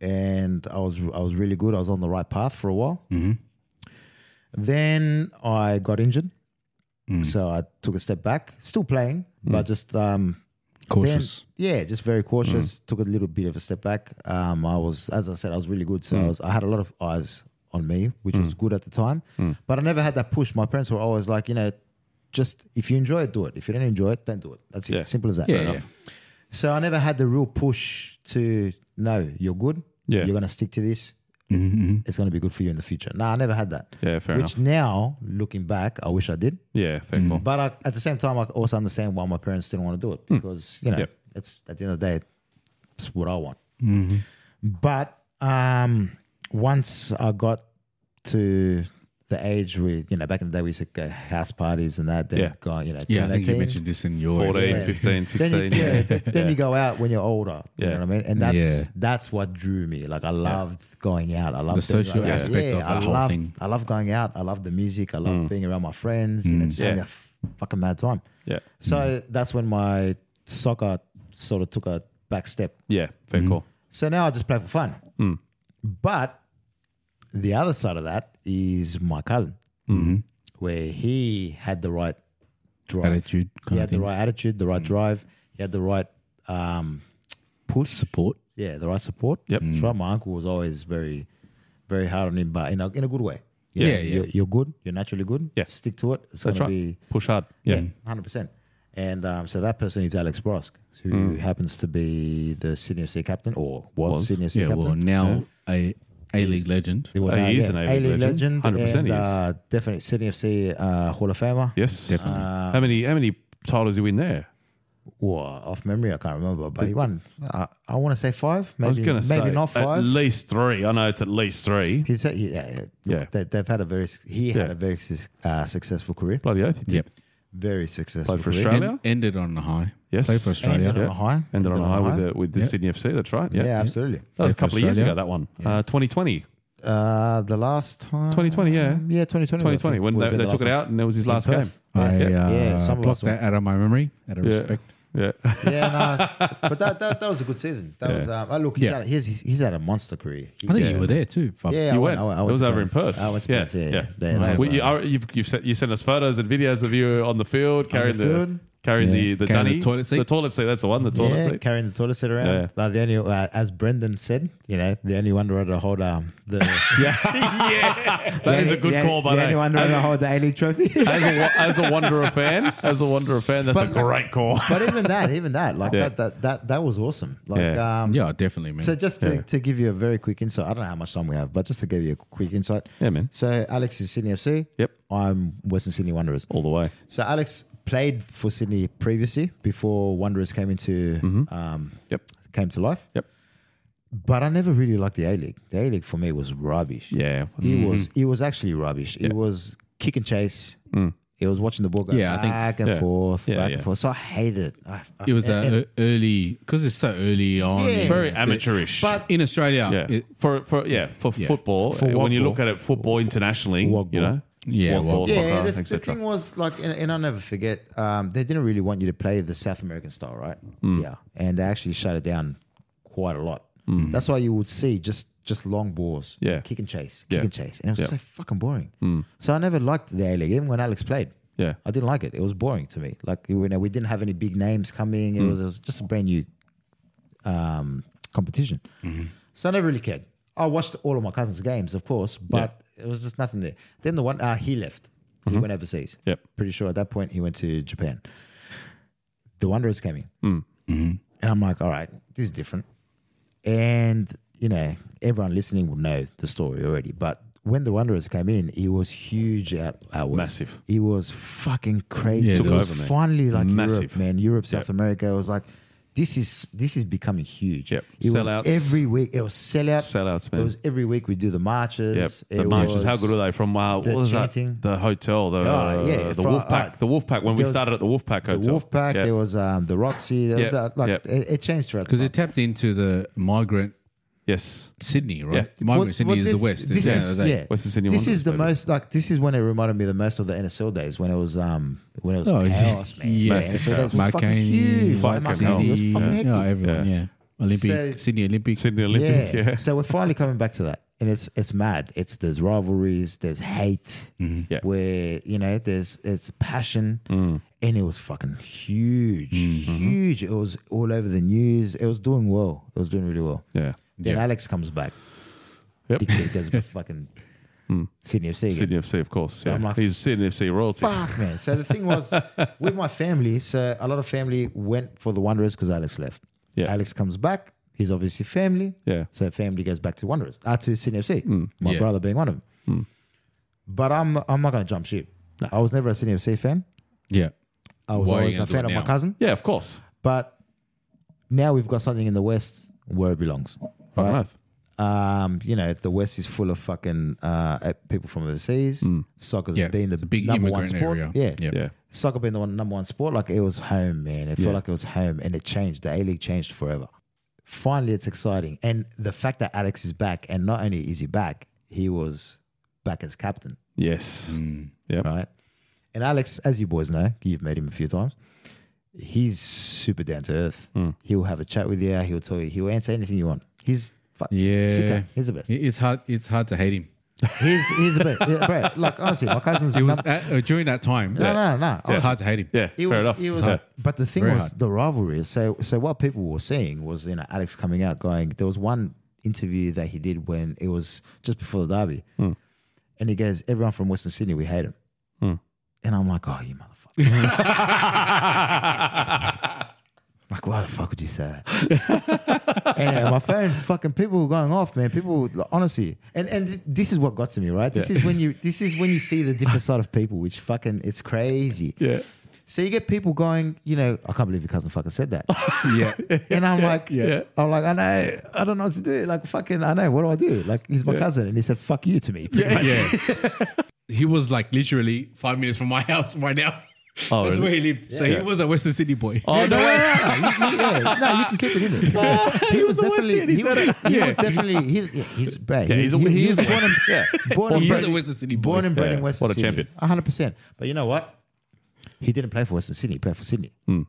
and I was I was really good. I was on the right path for a while. Mm-hmm. Then I got injured, Mm. so I took a step back. Still playing, but just um, then- Cautious. yeah, just very cautious. Mm. Took a little bit of a step back. Um, I was, as I said, I was really good. Mm. So I, was, I had a lot of eyes on me, which was good at the time. Mm. But I never had that push. My parents were always like, you know, just if you enjoy it, do it. If you don't enjoy it, don't do it. That's it. Yeah. Simple as that. Yeah, yeah. So I never had the real push to no, you're good. Yeah. Mm-hmm. You're gonna stick to this. It's gonna be good for you in the future. No, I never had that. Yeah, fair Which enough. now, looking back, I wish I did. Yeah, fair call. mm, Hmm. But I, at the same time, I also understand why my parents didn't want to do it because you know Yep. it's at the end of the day, it's what I want. Mm-hmm. But um, once I got to the age where you know back in the day we used to go house parties and that. Then Yeah. go, you know, Yeah, I 10, think you 18. mentioned this in your 14, Yeah. 15, 16. Then [LAUGHS] you, yeah, [LAUGHS] then you go out when you're older. You Yeah. know what I mean? And that's Yeah. that's what drew me. Like I loved going out. I loved The doing social that. aspect of I the whole loved, thing. Mm. I love going out. I love the music. I love being around my friends. You know, just having Yeah. a f- fucking mad time. Yeah. So Hmm. that's when my soccer sort of took a back step. Yeah, fair Mm-hmm. call. So now I just play for fun. Hmm. But the other side of that is my cousin, Hmm. where he had the right drive attitude he kind had of thing. Hmm. the right attitude, the right drive. He had the right um, push, Support. yeah, the right support. Yep. That's Hmm. right. My uncle was always very, very hard on him, but in a, in a good way. Yeah, yeah. You're, you're good. You're naturally good. Yeah. Stick to it. It's That's gonna right. be Push hard. yeah, Yeah. hundred percent. And um, so that person is Alex Brosk, who Hmm. happens to be the Sydney FC captain or was, Sydney FC Yeah, captain. well, now a A League legend. Well, Oh, now, he is yeah, an A-League legend. 100% and he is. uh, definitely Sydney FC uh, Hall of Famer. Yes. Uh, Definitely. how many how many titles you win there? Well, off memory, I can't remember, but he won. I, I want to say five, maybe I was going to say maybe not at five. least 3. I know it's at least 3. He said, yeah, yeah. Look, Yeah. They, they've had a very he had Yeah. a very su- uh, successful career, Bloody oath. he did. Yep. very successful. Played for career. Australia. En- ended on a high. Yes. Played for Australia. Ended on a high. Ended on a high with the with the Sydney FC, that's right. Yeah, Yeah. absolutely. That was Played a for couple of years Australia. ago that one. Uh, 2020. Uh, the last time, 2020, yeah. yeah, twenty twenty, 2020 when they, they took it out and it was his last game. Perth. I Yeah. uh, Yeah, some of blocked us were- that out of my memory, out of Yeah. respect. Yeah. Yeah, [LAUGHS] no, but that, that that was a good season. That was. Um, oh, look, he's, Yeah. had, he's he's had a monster career. He- I think yeah. you were there too. Bob. Yeah, I You went. went. I went, I It went was to over in Perth. I went to Yeah, Perth. Yeah, yeah. yeah. They- they- Well, you, are- you've, you've sent, you sent us photos and videos of you on the field carrying the the, field. carrying Yeah. the, the Carrying the dunny toilet seat. The toilet seat. That's the one. The toilet yeah, seat. carrying the toilet seat around. Yeah. Like the only, uh, as Brendan said, you know, the only one runner to hold um, [LAUGHS] the. yeah, that is a good the, call by the that. only one runner to hold the A League trophy. [LAUGHS] As a, wa- as a Wanderer fan, as a Wanderer fan, that's a But- great call. but even that, even that, like Yeah. that, that, that, that was awesome. Like, Yeah. um, Yeah, definitely, man. So just to, Yeah. to give you a very quick insight, I don't know how much time we have, but just to give you a quick insight. Yeah, man. So Alex is Sydney FC. Yep. I'm Western Sydney Wanderers. All the way. So Alex played for Sydney previously before Wanderers came into um, Mm-hmm. Yep. came to life. Yep. But I never really liked the A League. The A League for me was rubbish. Yeah. Mm-hmm. It was it was actually rubbish. It was kick and chase. It was watching the ball go Yeah, I think- back and Mm. Yeah. forth, Yeah, back yeah. uh, and forth. So I hated it. I, I- it was and- that and- ear- early because it's so early on. Yeah. Very The- amateurish. But in Australia, yeah. it- for for yeah for Yeah. football. For when you Wagga. look at it, football internationally, Wagga. you know. Yeah, Wagga, Wagga. yeah, soccer, the, the etc. thing was like, and, and I'll never forget. Um, they didn't really want you to play the South American style, right? Mm. Yeah, and they actually shut it down quite a lot. That's why you would see just just long balls, Mm. Yeah. kick and chase, kick Yeah. and chase, and it was Yeah. Mm. so fucking boring. So I never liked the A League, even when Alex played. Yeah. I didn't like it. It was boring to me. Like you know, we didn't have any big names coming. It, Hmm. was, it was just a brand new um, competition. Mm-hmm. So I never really cared. I watched all of my cousins' games, of course, but it was just nothing there. Then the one uh, he left, he went overseas. Mm-hmm. Yep. Hmm. Pretty sure at that point he went to Japan. The Wanderers came in. And I'm like, all right, this is different. And, you know, everyone listening will know the story already. But when the Wanderers came in, it was huge out, outwards. Massive. It was fucking crazy. Yeah, it Took was over, mate. finally like Europe, Massive. man. Europe, South Yep. America. It was like, this is this is becoming huge. Yep. It Sellouts. was every week. It was sellouts. Sellouts, man. It was every week we do the marches. Yep. The It marches. was- How good are they? From uh, the what was chanting. that? The hotel. The uh, Oh, yeah, the from- Wolfpack. alright. The Wolfpack. When we There was started at the Wolfpack The hotel. Wolfpack. Yeah. There was um, the Roxy. There was Yep, that- like yep. it, it changed throughout. Because the it tapped into the migrant yes. Sydney, right? Yeah. Migrant What- Sydney what is this- the west. This yeah, is, they- yeah. West Sydney This Wanderers, is the maybe. most like this is when it reminded me the most of the NSL days when it was um when it was Oh, yeah. chaos, man. Yeah. NSL days was Marconi, fucking huge. Fucking Marconi, hell. it was Sydney, fucking yeah, hectic. everyone, yeah. Yeah. Olympic, So- Sydney Olympic. Sydney Olympic. Yeah. So we're finally coming back to that, and it's it's mad. It's there's rivalries, there's hate, Yeah. where you know there's it's passion, Mm. and it was fucking huge, Mm-hmm. huge. It was all over the news. It was doing well. It was doing really well. Yeah. Then Yeah. Alex comes back. Yep. Hmm. Dictate [LAUGHS] goes with fucking Sydney FC. again. Sydney FC, of course. Yeah. I'm like, He's Sydney FC royalty. Fuck, man. So the [LAUGHS] thing was, with my family, so a lot of family went for the Wanderers because Alex left. Yeah. Alex comes back. He's obviously family. Yeah. So family goes back to Wanderers, uh, to Sydney FC. My Yeah. brother being one of them. But I'm I'm not going to jump ship. I was never a Sydney FC fan. Yeah. I was Why are you always gonna a do fan it of my now? cousin. Yeah, of course. But now we've got something in the West where it belongs. Fucking right? oath. um, you know, the West is full of fucking uh, uh, people from overseas. Soccer's Yeah, being the it's a big number one immigrant sport. area. Yeah. Yeah. Yeah. Soccer being the one, number one sport, like it was home, man. It Yeah. felt like it was home and it changed. The A League changed forever. Finally, it's exciting. And the fact that Alex is back, and not only is he back, he was back as captain, Yes. Mm. Yep. right? And Alex, as you boys know, you've met him a few times, he's super down to earth. Hmm. He'll have a chat with you, he'll tell you, he'll answer anything you want. He's fuck, Yeah. sicko. he's the best. It- It's hard. It's hard to hate him. He's he's a bit, yeah, bro. Like honestly, my cousin's It was num- at, uh, during that time. no, no, no. It's honestly. hard to hate him. [LAUGHS] Yeah. It fair was, enough. It was, Yeah. but the thing Very was hard. the rivalry. So, so what people were seeing was you know Alex coming out going. There was one interview that he did when it was just before the derby, Hmm. and he goes, "Everyone from Western Sydney, we hate him." And I'm like, "Oh, you [LAUGHS] motherfucker!" like, why the fuck would you say that? [LAUGHS] and uh, my phone, fucking people were going off, man. People, like, honestly, and and th- this is what got to me, right? This is when you this is when you see the different side of people, which fucking it's crazy. yeah. So you get people going, you know, I can't believe your cousin fucking [LAUGHS] said that. Yeah. [LAUGHS] And I'm like, yeah. I'm like, I know, I don't know what to do. Like, fucking, I know, what do I do? Like, he's my cousin, and he said, "Fuck you" to me. yeah. he was like literally five minutes from my [LAUGHS] house right now. Oh, That's really? where he lived. So he Yeah. was a Western City boy. Oh, no. Yeah, [LAUGHS] you- yeah, no, you can keep it in Uh, there. He was definitely, Westie and he said was, it. he Yeah. was definitely, he's, yeah, he's, bad. Yeah, he's a, he is a [LAUGHS] born, Western. and, Yeah. born and He is bred- a Western Sydney boy. born and bred Yeah, in Western what a Sydney. champion. 100. percent But you know what? He didn't play for Western Sydney. He played for Sydney. Hmm.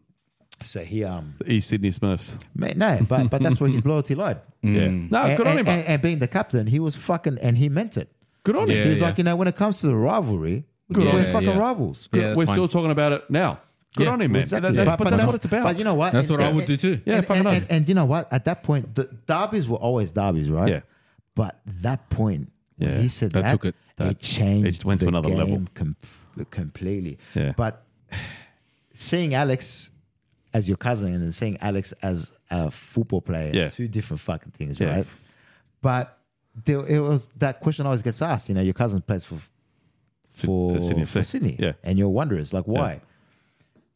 So [LAUGHS] he, um, East Sydney Smurfs. mate, no, but but that's where his loyalty lied. Yeah. No, and, Ah, good on and- him. and- mate. and being the captain, he was fucking, and he meant it. Good on Yeah, him. He's like, you know, when it comes to the rivalry, Good we're on him. fucking Yeah. rivals. Yeah, that's We're fine. still talking about it now. Good Yeah. on him, man. Exactly. That- that- but, that's, what it's about. But you know what? That's And- what I and- would do too. Yeah, and, fucking and, oath. and, and you know what? At that point, the derbies were always derbies, right? Yeah. But that point, when Yeah. he said that, That took it- it changed. it went to the another game level. com- completely. Yeah. But seeing Alex as your cousin and then seeing Alex as a football player, Yeah. two different fucking things, Yeah. right? But there, it was that question always gets asked. You know, your cousin plays for Syd- for uh, Sydney for FC. Sydney. Yeah. And you're wondrous, like, why?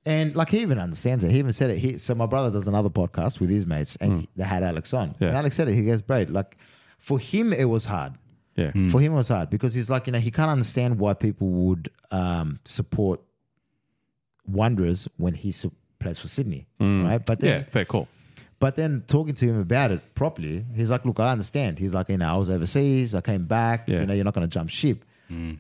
And like he even understands it. He even said it. He, so my brother does another podcast with his mates, and he- they had Alex on. Hmm. Yeah. And Alex said it. He goes, "Bro, like for him it was hard. Yeah. For him it was hard because he's like, you know, he can't understand why people would um, support Wanderers when he su- plays for Sydney, right? But then Hmm. Yeah. Fair call. but then talking to him about it properly, he's like, "Look, I understand." He's like, "You know, I was overseas. I came back. Yeah. Mm. You know, you're not going to jump ship."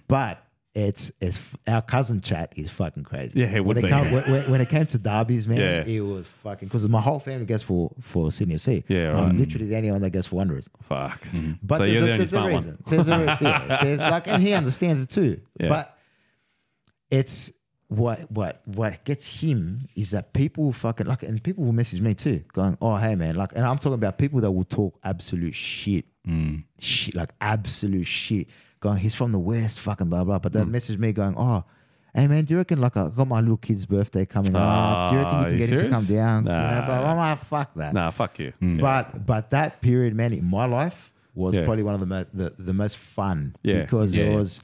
But it's it's our cousin chat is fucking crazy. Yeah, it when would it be. Come, when- when, when it came to derbies, man, Yeah. it was fucking because my whole family goes for for Sydney FC. Yeah, I'm right. literally the only one that goes for Wanderers. Fuck. Hmm. But so there's, you're a, the only there's a smart reason. one. There's a [LAUGHS] yeah, there's like, and he understands it too. Yeah. But it's what what what gets him is that people fucking like, and people will message me too, going, "Oh, hey man," like, and I'm talking about people that will talk absolute shit, Mm. Mm. shit, like absolute shit, going, "He's from the west," fucking blah blah. But they message me going, "Oh." Hey man, do you reckon like I got my little kid's birthday coming up? Do you reckon Ah, you can you get him to come serious? down? Nah. You know, blah, blah, blah. fuck that. Nah, fuck you. Hmm. But but that period, man, in my life was Yeah. probably one of the, mo- the the most fun Yeah. because Yeah, it yeah. was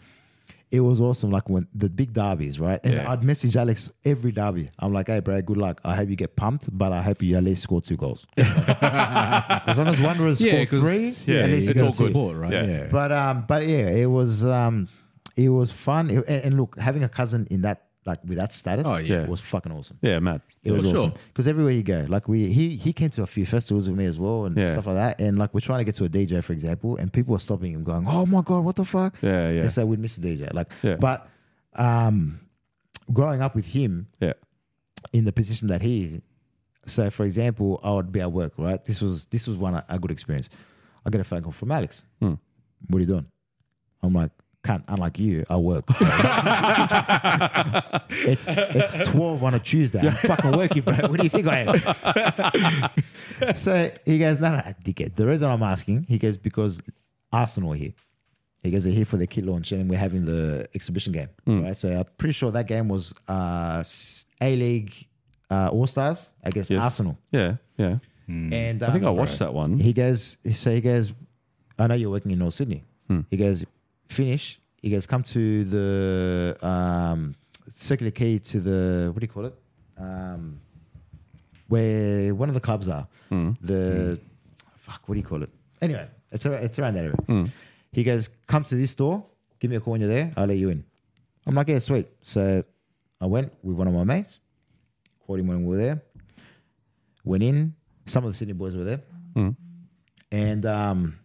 it was awesome. Like when the big derbies, right? And Yeah. I'd message Alex every derby. I'm like, hey, bro, good luck. I hope you get pumped, but I hope you at least score [LAUGHS] two goals. as long as Wanderers Yeah, score 'cause- three, yeah, at least you it's got all a six. good. Support, right? Yeah. But um, but yeah, it was um, it was fun. It- and, and look, having a cousin in that like with that status, Oh, yeah. was fucking awesome. Yeah, mad. It was sure. awesome because everywhere you go, like we he he came to a few festivals with me as well and Yeah. stuff like that. And like we're trying to get to a DJ, for example, and people are stopping him, going, "Oh my god, what the fuck?" Yeah, yeah. And so we'd miss the DJ. Like, Yeah. but um, growing up with him Yeah. in the position that he is, so for example, I would be at work, right? This was this was one a good experience. I get a phone call from Alex. What are you doing? I'm like, can't. Unlike you, I work. [LAUGHS] it's it's twelve on a Tuesday. I'm fucking working, bro. What do you think I am? [LAUGHS] so he goes, no, no, dickhead. The reason I'm asking, he goes, because Arsenal are here. He goes, they're here for the kit launch, and we're having the exhibition game, Hmm. right? So I'm pretty sure that game was uh, A League uh, All Stars against Yes. Arsenal. Yeah, yeah. And um, I think I watched that one. he goes, so he goes, I know you're working in North Sydney. He goes, finish. He goes, come to the um, circular key to the, what do you call it? Um, where one of the clubs are. The, fuck, what do you call it? Anyway, it's, ar- it's around that area. He goes, come to this door. Give me a call when you're there. I'll let you in. I'm like, yeah, sweet. So I went with one of my mates, called him when we were there. Went in. Some of the Sydney boys were there and um,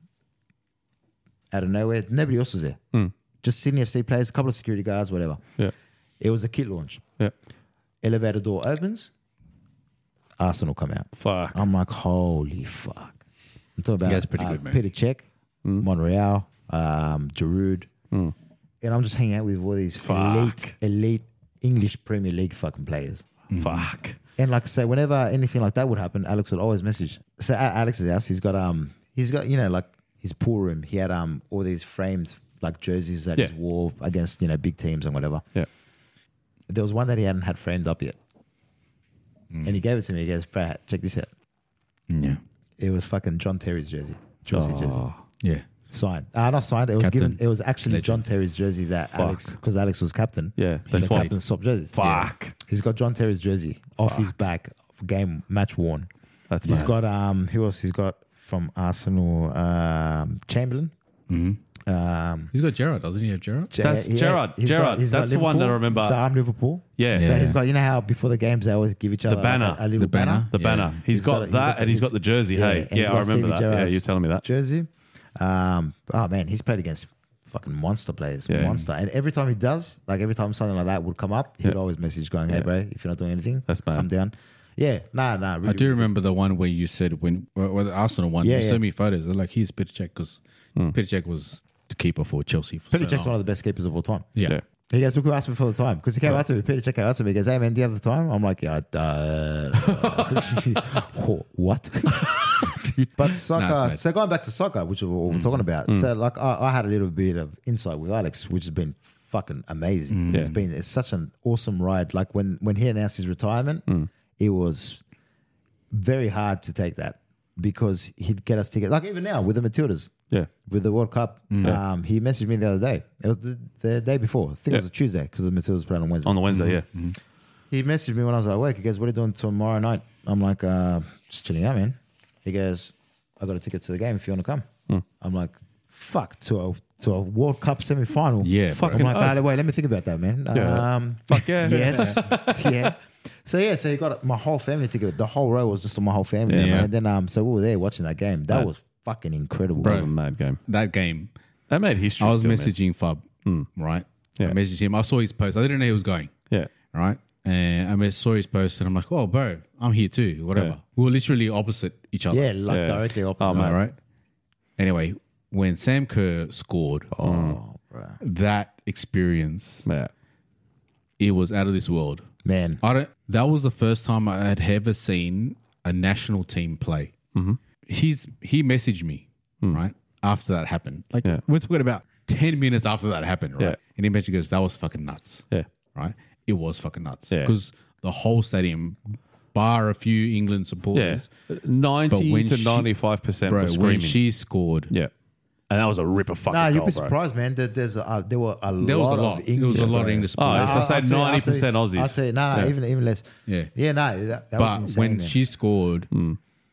out of nowhere, nobody else was there. Just Sydney FC players, a couple of security guards, whatever. Yeah, It was a kit launch. yeah. Elevator door opens, Arsenal come out. Fuck. I'm like, holy fuck. I'm talking about Yeah, it's pretty uh, good, man. Hmm? Peter Cech, Monreal, um, Giroud. And I'm just hanging out with all these elite, elite English Premier League fucking players. Hmm. Fuck. And like I say, whenever anything like that would happen, Alex would always message. So at Alex's house, he's got um, he's got you know like his pool room. He had um all these framed like jerseys that he Yeah. wore against you know big teams and whatever. Yeah. There was one that he hadn't had framed up yet, Hmm. and he gave it to me. He goes, "Brad, check this out." Yeah. It was fucking John Terry's jersey, Chelsea Oh. jersey, Yeah. signed. Uh, not signed. It was Captain. given. It was actually Legend. John Terry's jersey that Alex, because Alex was captain. Yeah, that's that's the why- captain swapped jerseys. Yeah. Fuck. He's got John Terry's jersey off his back, game match worn. That's He's mad. got um who else he's got from Arsenal um Chamberlain. Um He's got Gerard, doesn't he? Have Gerard? Ger- That's Gerrard. he's Gerrard. he's That's the one Liverpool. that I remember. So I'm Liverpool. Yeah. So Yeah. he's got you know how before the games they always give each other like, banner. a, a little The banner. banner. The Yeah. banner. he's got that, and he's got the jersey. hey, and he's yeah, got I remember Stevie that. Gerrard's yeah, you're telling me that. Jersey. Um oh man, he's played against fucking monster players. Yeah. Monster. And every time he does, like every time something like that would come up, he'd Yeah. always message going, Hey Yeah. bro, if you're not doing anything, That's mad. come down. Yeah, nah, nah, really, I do remember the one where you said when well, well, the Arsenal one. Yeah, Yeah, you yeah. sent me photos. They're like, here's Peter Cech because Peter Cech was the keeper for Chelsea. For Peter so Jack's long. one of the best keepers of all time. Yeah. Yeah. He goes, look who asked me for the time. Because he came up to me, Peter Check out to me. He goes, hey man, do you have the time? I'm like, yeah, [LAUGHS] uh, Wha- what? [LAUGHS] but soccer, Nah, it's mad. Mm. so going back to soccer, which is what we're talking about. So like I, I had a little bit of insight with Alex, which has been fucking Mm. amazing. It's Yeah. been, it's such an awesome ride. Like when, when he announced his retirement, Mm. it was very hard to take that because he'd get us tickets. Like even now with the Matildas, Yeah. with the World Cup. Mm. Um, he messaged me the other day. It was the, the day before. I think it was Yeah. a Tuesday because the Matilda's playing on Wednesday. On the Wednesday, yeah. Mm-hmm. he messaged me when I was at work. He goes, "What are you doing tomorrow night?" I'm like, uh, "Just chilling out, man." He goes, "I got a ticket to the game if you want to come." Hmm. I'm like, "Fuck to a to a World Cup semi final." Yeah, I'm bro. like, "Ah, wait, let me think about that, man." Yeah. Um, Fuck yeah. [LAUGHS] yes, yeah. So yeah, so he got my whole family ticket. The whole row was just my whole family, Yeah. man. And then um, so we were there watching that game. That Right. was fucking incredible. That was a mad game. That game, That made history. I was still, man. messaging Fub, right? Yeah. I messaged him. I saw his post. I didn't know he was going, Yeah. right? And I mess- saw his post, and I'm like, oh, bro, I'm here too. Whatever. Yeah. We were literally opposite each other. Yeah, like Yeah. directly opposite. Oh, All man. right. Anyway, when Sam Kerr scored, Mm. Oh, bruh. that experience, Yeah. it was out of this world. man. I don't. That was the first time I had ever seen a national team play. Mm-hmm. He's he messaged me right after that happened. Like Hmm. Yeah. we're talking about ten minutes after that happened, right? Yeah. And he mentioned goes, "That was fucking nuts." Yeah. right? It was fucking nuts Yeah. because the whole stadium, bar a few England Yeah, Uh, supporters, But ninety when to she- ninety five percent bro, were when screaming. she scored, yeah, and that was a ripper fucking Nah, you'd goal, be bro. surprised, man. That there's a, uh, there were a there was lot a of lot. English. There was a lot of bro. English Oh, supporters. so I'll- say I'll tell you after 90% this- Aussies. I'll say, no, no, Yeah. even even less. Yeah. yeah, no, that, that but was insane. when man. Hmm. she scored,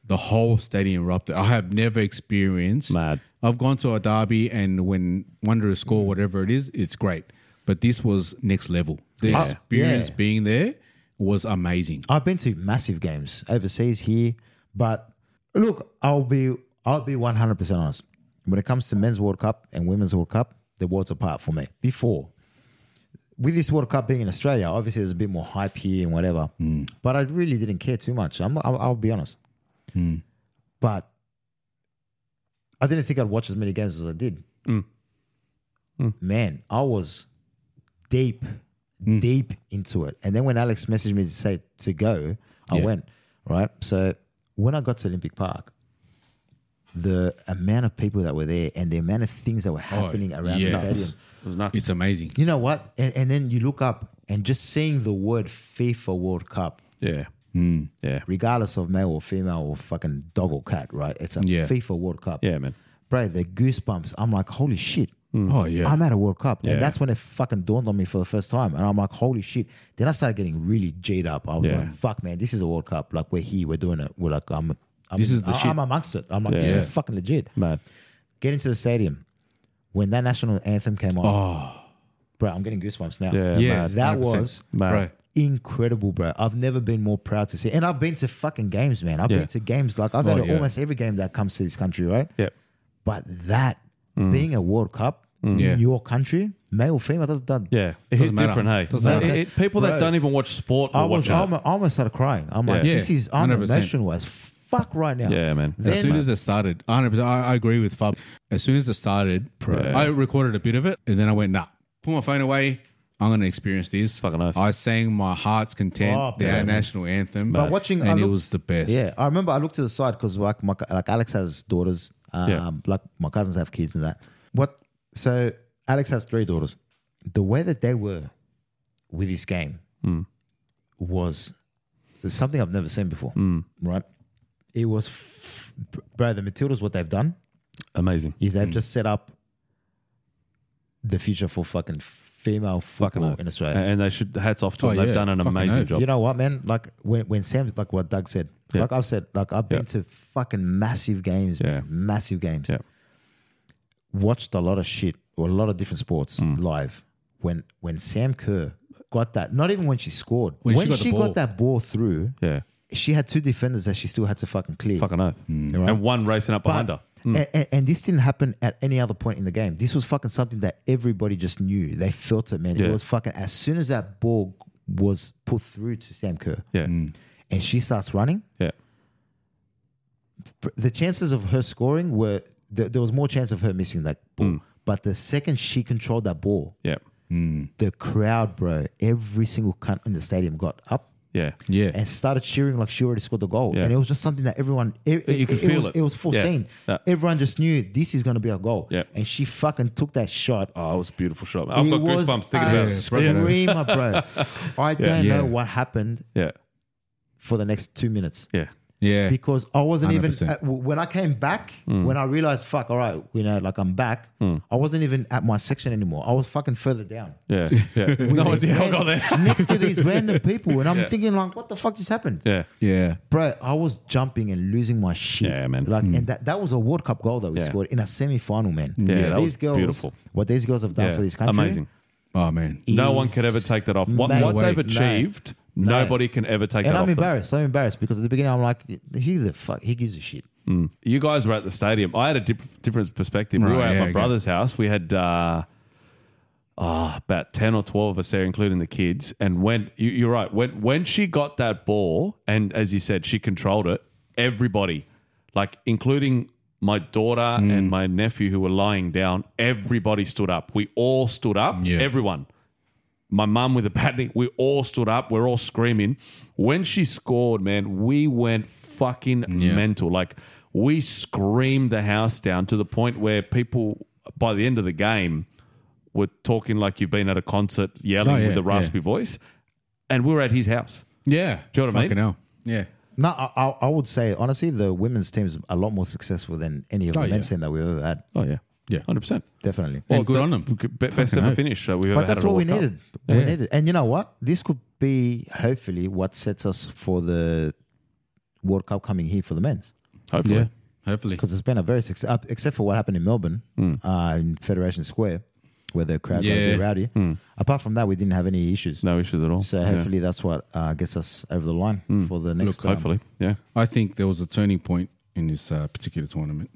the whole stadium erupted. I have never experienced. Mad. I've gone to a derby, and when Wanderers score, Hmm. whatever it is, it's great. But this was next level. The Yeah. experience Yeah. being there was amazing. I've been to massive games overseas here, but look, I'll be I'll be one hundred percent honest. When it comes to men's World Cup and women's World Cup, the worlds apart for me. Before, with this World Cup being in Australia, obviously there's a bit more hype here and whatever, but I really didn't care too much. I'm not, I'll, I'll be honest, but I didn't think I'd watch as many games as I did. Man, I was deep, deep into it. And then when Alex messaged me to say to go, I Yeah. went. Right. So when I got to Olympic Park, the amount of people that were there and the amount of things that were happening around yeah. the stadium. It was nuts. It's amazing. You know what? And, and then you look up and just seeing the word FIFA World Cup, yeah, Hmm. yeah, regardless of male or female or fucking dog or cat, right? It's a Yeah. FIFA World Cup. yeah, man. Bro, the goosebumps. I'm like, holy shit. Oh yeah, I'm at a World Cup. Yeah. And that's when it fucking dawned on me for the first time. And I'm like, holy shit. Then I started getting really J'd up. I was Yeah. like, fuck, man, this is a World Cup. Like, we're here, we're doing it. We're like, I'm, I'm This is the I- shit. I'm amongst it. I'm like, this Yeah. is fucking legit. Mad. Get into the stadium. When that national anthem came on, oh. bro, I'm getting goosebumps now. Yeah, Yeah. mad. That 100%. was Mad. Right. incredible, bro. I've never been more proud to see. And I've been to fucking games, man. I've Yeah. been to games like I've been Oh, to yeah. almost every game that comes to this country, right? Yep. But that Mm. being a World Cup in Yeah. your country, male or female, that's done. Yeah, it hit Doesn't matter. different. Hey, Doesn't It- matter. it- people that Bro. don't even watch sport I will watch was I it. almo- I almost started crying. I'm like, Yeah. this Yeah. is I'm 100%. emotional as fuck right now. Yeah, man. As Then- soon as it started, 100%, I, I agree with Fab. As soon as it started, bro, Yeah. I recorded a bit of it and then I went, nah, put my phone away. I'm going to experience this. Fucking oath. I sang my heart's content, Oh, the man. national anthem. But watching- I and it look- was the best. Yeah, I remember I looked to the side because like my, like Alex has daughters, um, Yeah. like my cousins have kids and that. What? So Alex has three daughters. The way that they were with this game Hmm. was something I've never seen before. Hmm. Right? It was, f- bro. The Matildas, what they've done Amazing. is they've just set up the future for fucking female Fucking football oath. in Australia. And they should hats off to Oh, them. They've yeah. done an Fucking amazing oath. job. You know what, man? Like when when Sam's like what Doug said. Yeah. Like I've said, like I've been Yeah. to fucking massive games, Yeah. man, massive games. Yeah. Watched a lot of shit or a lot of different sports Mm. live. When when Sam Kerr got that, not even when she scored, When when, she she, got got, the ball. that ball through, Yeah. she had two defenders that she still had to fucking clear. Fucking oath. Right. And one racing up Hmm. But- behind her. and, and, and this didn't happen at any other point in the game. This was fucking something that everybody just knew. They felt it, man. Yeah. It was fucking as soon as that ball was put through to Sam Kerr, Yeah. and she starts running. Yeah. the chances of her scoring were there, there was more chance of her missing that ball. Hmm. But the second she controlled that ball, Yeah. the crowd, bro, every single cunt in the stadium got up Yeah. Yeah. and started cheering like she already scored the goal. Yeah. And it was just something that everyone e, it, You could feel was, it. was foreseen. Yeah. Yeah. Everyone just knew this is going to be a goal. Yeah. And she fucking took that shot. Oh, it was a beautiful shot. man. I've It got was goosebumps a thinking about it. Screamer, bro. [LAUGHS] I don't Yeah. know what happened Yeah. for the next two minutes. Yeah. Yeah. because I wasn't even 100%. uh, w- when I came back Hmm. when I realized fuck all right you know like I'm back I wasn't even at my section anymore I was fucking further [LAUGHS] down Yeah. [LAUGHS] Yeah. no idea how I got there. next to these random people and I'm thinking like what the fuck just happened Yeah. yeah. bro I was jumping and losing my shit Yeah, man. Hmm. like and that, that was a World Cup goal that we Yeah. scored in a semi final man Yeah, that was beautiful. what these girls have done Yeah. for this country Amazing. Oh, man. No one is- could ever take that off. What, No what way. they've No. achieved, No. nobody can ever take and that I'm off. them. embarrassed I'm embarrassed because at the beginning I'm like who the fuck he gives a shit you guys were at the stadium. I had a dip- different perspective. we Right, were at yeah, my okay. brother's house. We had uh, oh, about 10 or 12 of us there, including the kids. And when you, you're right, when, when she got that ball, and as you said, she controlled it, everybody, like including my daughter Mm. and my nephew who were lying down, everybody stood up. We all stood up, Yeah. everyone my mum with a bat. knee, We all stood up. We're all screaming. When she scored, man, we went fucking mental. Like we screamed the house down to the point where people, by the end of the game, were talking like you've been at a concert yelling Oh, yeah, with a raspy voice. And we were at his house. Yeah. Do you know what I mean? Fucking hell. Yeah. No, I, I, I would say honestly, the women's team is a lot more successful than any of the Oh, men's yeah. team that we've ever had. Oh, yeah. Yeah. 100%. Definitely. Well, good that- on them. be- Best Fucking ever hell. finish that we've ever but had that's at a what we World Cup. needed. We needed. And you know what? This could be hopefully what sets us for the World Cup coming here for the men's. Hopefully. Yeah. Hopefully. Because it's been a very success, except for what happened in Melbourne Hmm. uh, in Federation Square, where the crowd got a Yeah. bit rowdy. Apart from that, we didn't have any issues. Hmm. No issues at all. So Yeah. Hmm. hopefully that's what uh, gets us over the line for the next. um, Hopefully. Yeah. I think there was a turning point in this uh, particular tournament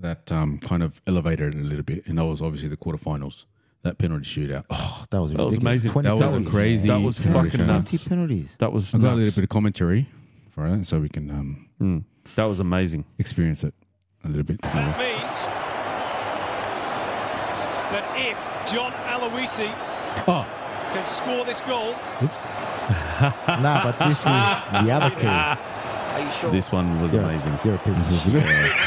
that um, kind of elevated it a little bit, and that was obviously the quarterfinals. That penalty shootout. Oh, that was That was ridiculous. amazing. 20 That was penalties. crazy. That was penalty fucking shootout. nuts. 20 penalties. That was I got a little nuts. bit of commentary for it, so we can um, That was amazing. experience it a little bit. more. That means that if John Aloisi Oh, can score this goal, oops. [LAUGHS] nah, but this is the [LAUGHS] other key. This one was You're, amazing. You're a [LAUGHS] piece of shit.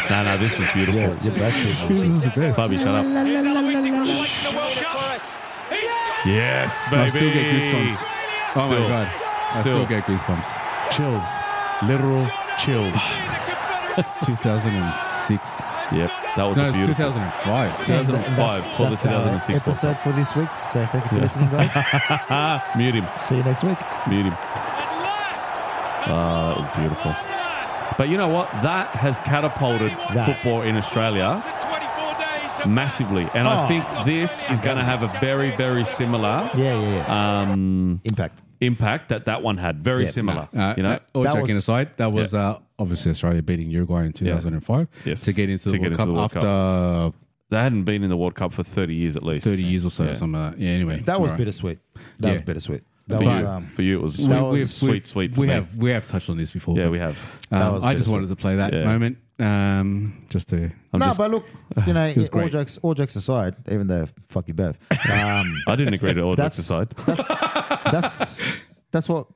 No, no, this was beautiful. You're, you're back to- Bobby, shut up. here's Aloisi from right in the world across. He's Yes, baby. I still get goosebumps. Oh Still. my god, I still Still. get [LAUGHS] goosebumps. Chills. Literal chills. 2006. [LAUGHS] Yep, that was No, a it's beautiful. 2005. And th- 2005 that's- for the that's our 2006 World episode for this week. So thank you for listening, [LAUGHS] guys. Mute him. See you next week. Mute him. Ah, that was beautiful. But you know what? That has catapulted That. football in Australia massively. And I Oh. think this is going to have a very, very similar Yeah, yeah, yeah. um, Impact. impact that that one had. Very Yeah, similar. Uh, you know? all That joking was- aside, that was uh, obviously Australia beating Uruguay in 2005 Yes. to get into the To get World into Cup the World after Cup. they hadn't been in the World Cup for 30 years at least. 30 years or so, Yeah. something like that. Yeah, anyway. That was Alright. bittersweet. That was Yeah. bittersweet. That For, was you, um, for you, it was, We- that we've- was sweet, we've- sweet. For We me. have we have touched on this before. Yeah, but, we have. um, was I just beautiful. wanted to play that Yeah. moment um, just to. I'm no, just- but look, [SIGHS] you know, was all great. jokes, all jokes aside, even though fuck [LAUGHS] you both, um, I didn't agree to all that's, jokes aside. that's that's that's what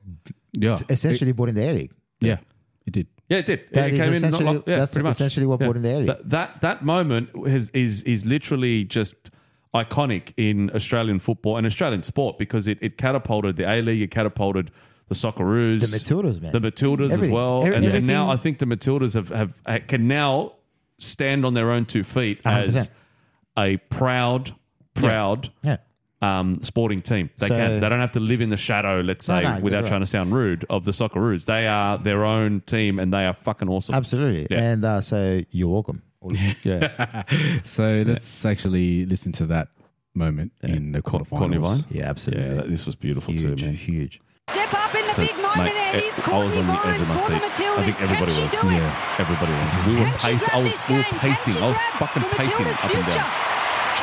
Yeah, essentially brought in the air league. It, yeah, it did. Yeah, it did. It- That it is came in not essentially, long. Yeah, that's pretty much. essentially what Yeah. brought in the air league. That, that that moment has, is is literally just iconic in Australian football and Australian sport because it, it catapulted the A League, it catapulted the Socceroos, The Matildas, man. the Matildas as Everything. well, Every- and, and everything- now I think the Matildas have, have can now stand on their own two feet as 100%. a proud, proud. yeah, um, sporting team. They So- can. They don't have to live in the shadow, let's No, say, no, exactly without right. trying to sound rude, of the Socceroos. They are their own team and they are fucking awesome. absolutely. Yeah. And uh, so you're welcome. [LAUGHS] So let's actually listen to that moment in the Courtney Vine? quarterfinals. Yeah, Yeah, absolutely. that- this was beautiful huge, too, man. huge. Step up in the So, big moment, and mate, he's I- I Courtney was on the edge of my Vine for the seat. Matildas. I think everybody Can was. she do it? Everybody was. We were Can she pacing. I grab was, this we were game? Can pacing. she I was grab fucking the pacing Matildas' up and future? down.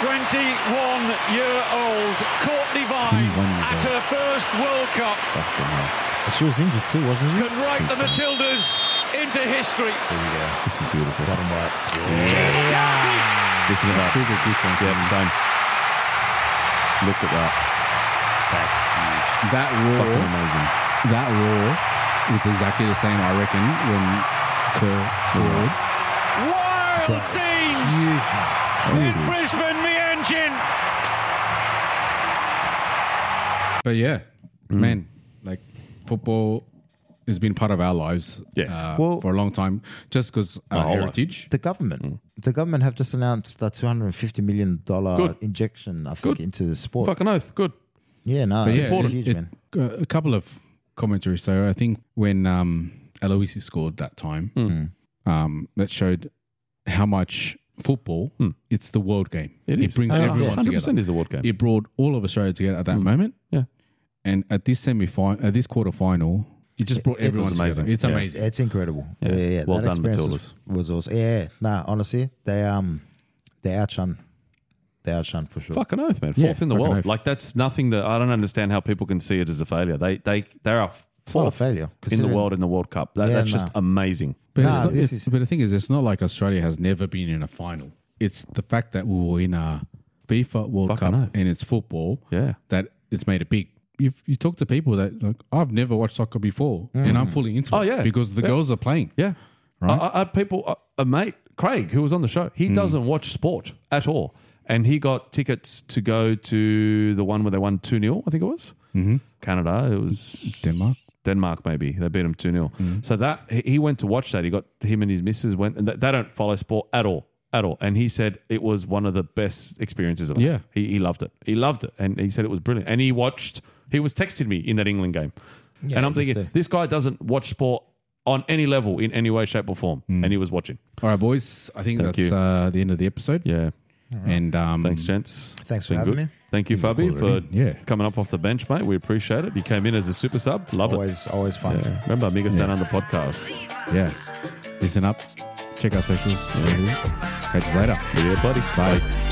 21-year-old Courtney Vine 21 years at old. her first World Cup Fucking hell. She was injured too, wasn't she? can write the Matildas into history. This is beautiful. Fantastic. Listen to that. Still get goosebumps. Yep, same. Look at that. That Fucking roar, amazing. that roar was exactly the same, I reckon, when Kerr scored. Wild scenes in Brisbane Meanjin. But yeah, Mm. man, like football has been part of our lives Yeah. uh, Well- for a long time, just because our whole life. heritage. The government, the government have just announced that 250 million dollar Good. injection, I think, Good. into the sport. Fucking oath. Good. Yeah, no, But it's yeah, it- huge, it- man. uh, a couple of commentaries. So I think when um, Aloisi scored that time, Hmm. um, that showed how much football, it's the world game. Hmm. It is. Uh, Ah, brings Oh, yeah. everyone 100% together. is a world game. Hmm. It brought all of Australia together at that moment. Yeah. And at this semi final, at this quarter final, it just brought It's everyone amazing. together. It's Yeah. amazing. It's incredible. Yeah, yeah. yeah. Well that done, experience was, was awesome. Yeah, yeah. no, honestly, they um, they outshone, they outshone for sure. Fucking oath, man. Fourth Yeah, in the fucking world. oath. Like that's nothing that I don't understand how people can see it as a failure. They they they are not a fourth failure, in the considering- world in the World Cup. That, Yeah, that's just nah. amazing. But, Nah, it's not, this it's, is- but the thing is, it's not like Australia has never been in a final. It's the fact that we were in a FIFA World Fucking Cup oath. and it's football Yeah. that it's made it big. You've, you talk to people that like I've never watched soccer before, and I'm fully into Oh, it. yeah. because the Yeah. girls are playing. Yeah, uh, Hmm. right. I, I, people, a, a mate, Craig, who was on the show, he doesn't watch sport at all. And he got tickets to go to the one where they won 2 0, I think it was. Mm-hmm. Canada. It was Denmark. Denmark, maybe. They beat him 2 0. Mm-hmm. So that he- he went to watch that. He got him and his missus went, and they they don't follow sport at all. At all. And he said it was one of the best experiences of it. Yeah. He, he loved it. He loved it. And he said it was brilliant. And he watched, he was texting me in that England game. and I'm they just thinking, do. this guy doesn't watch sport on any level, in any way, shape, or form. Mm. And he was watching. All right, boys. I think Thank that's you. uh, the end of the episode. Yeah. And um, Thanks, gents. Thanks for having me. Thank you, Fabi, for Yeah. coming up off the bench, mate. We appreciate it. You came in as a super sub. Love it. Always, always fun. Yeah. Remember, Amigos Down Under podcast. Yeah. Listen up. Check our socials. Catch you later. Yeah, buddy. Bye. Bye.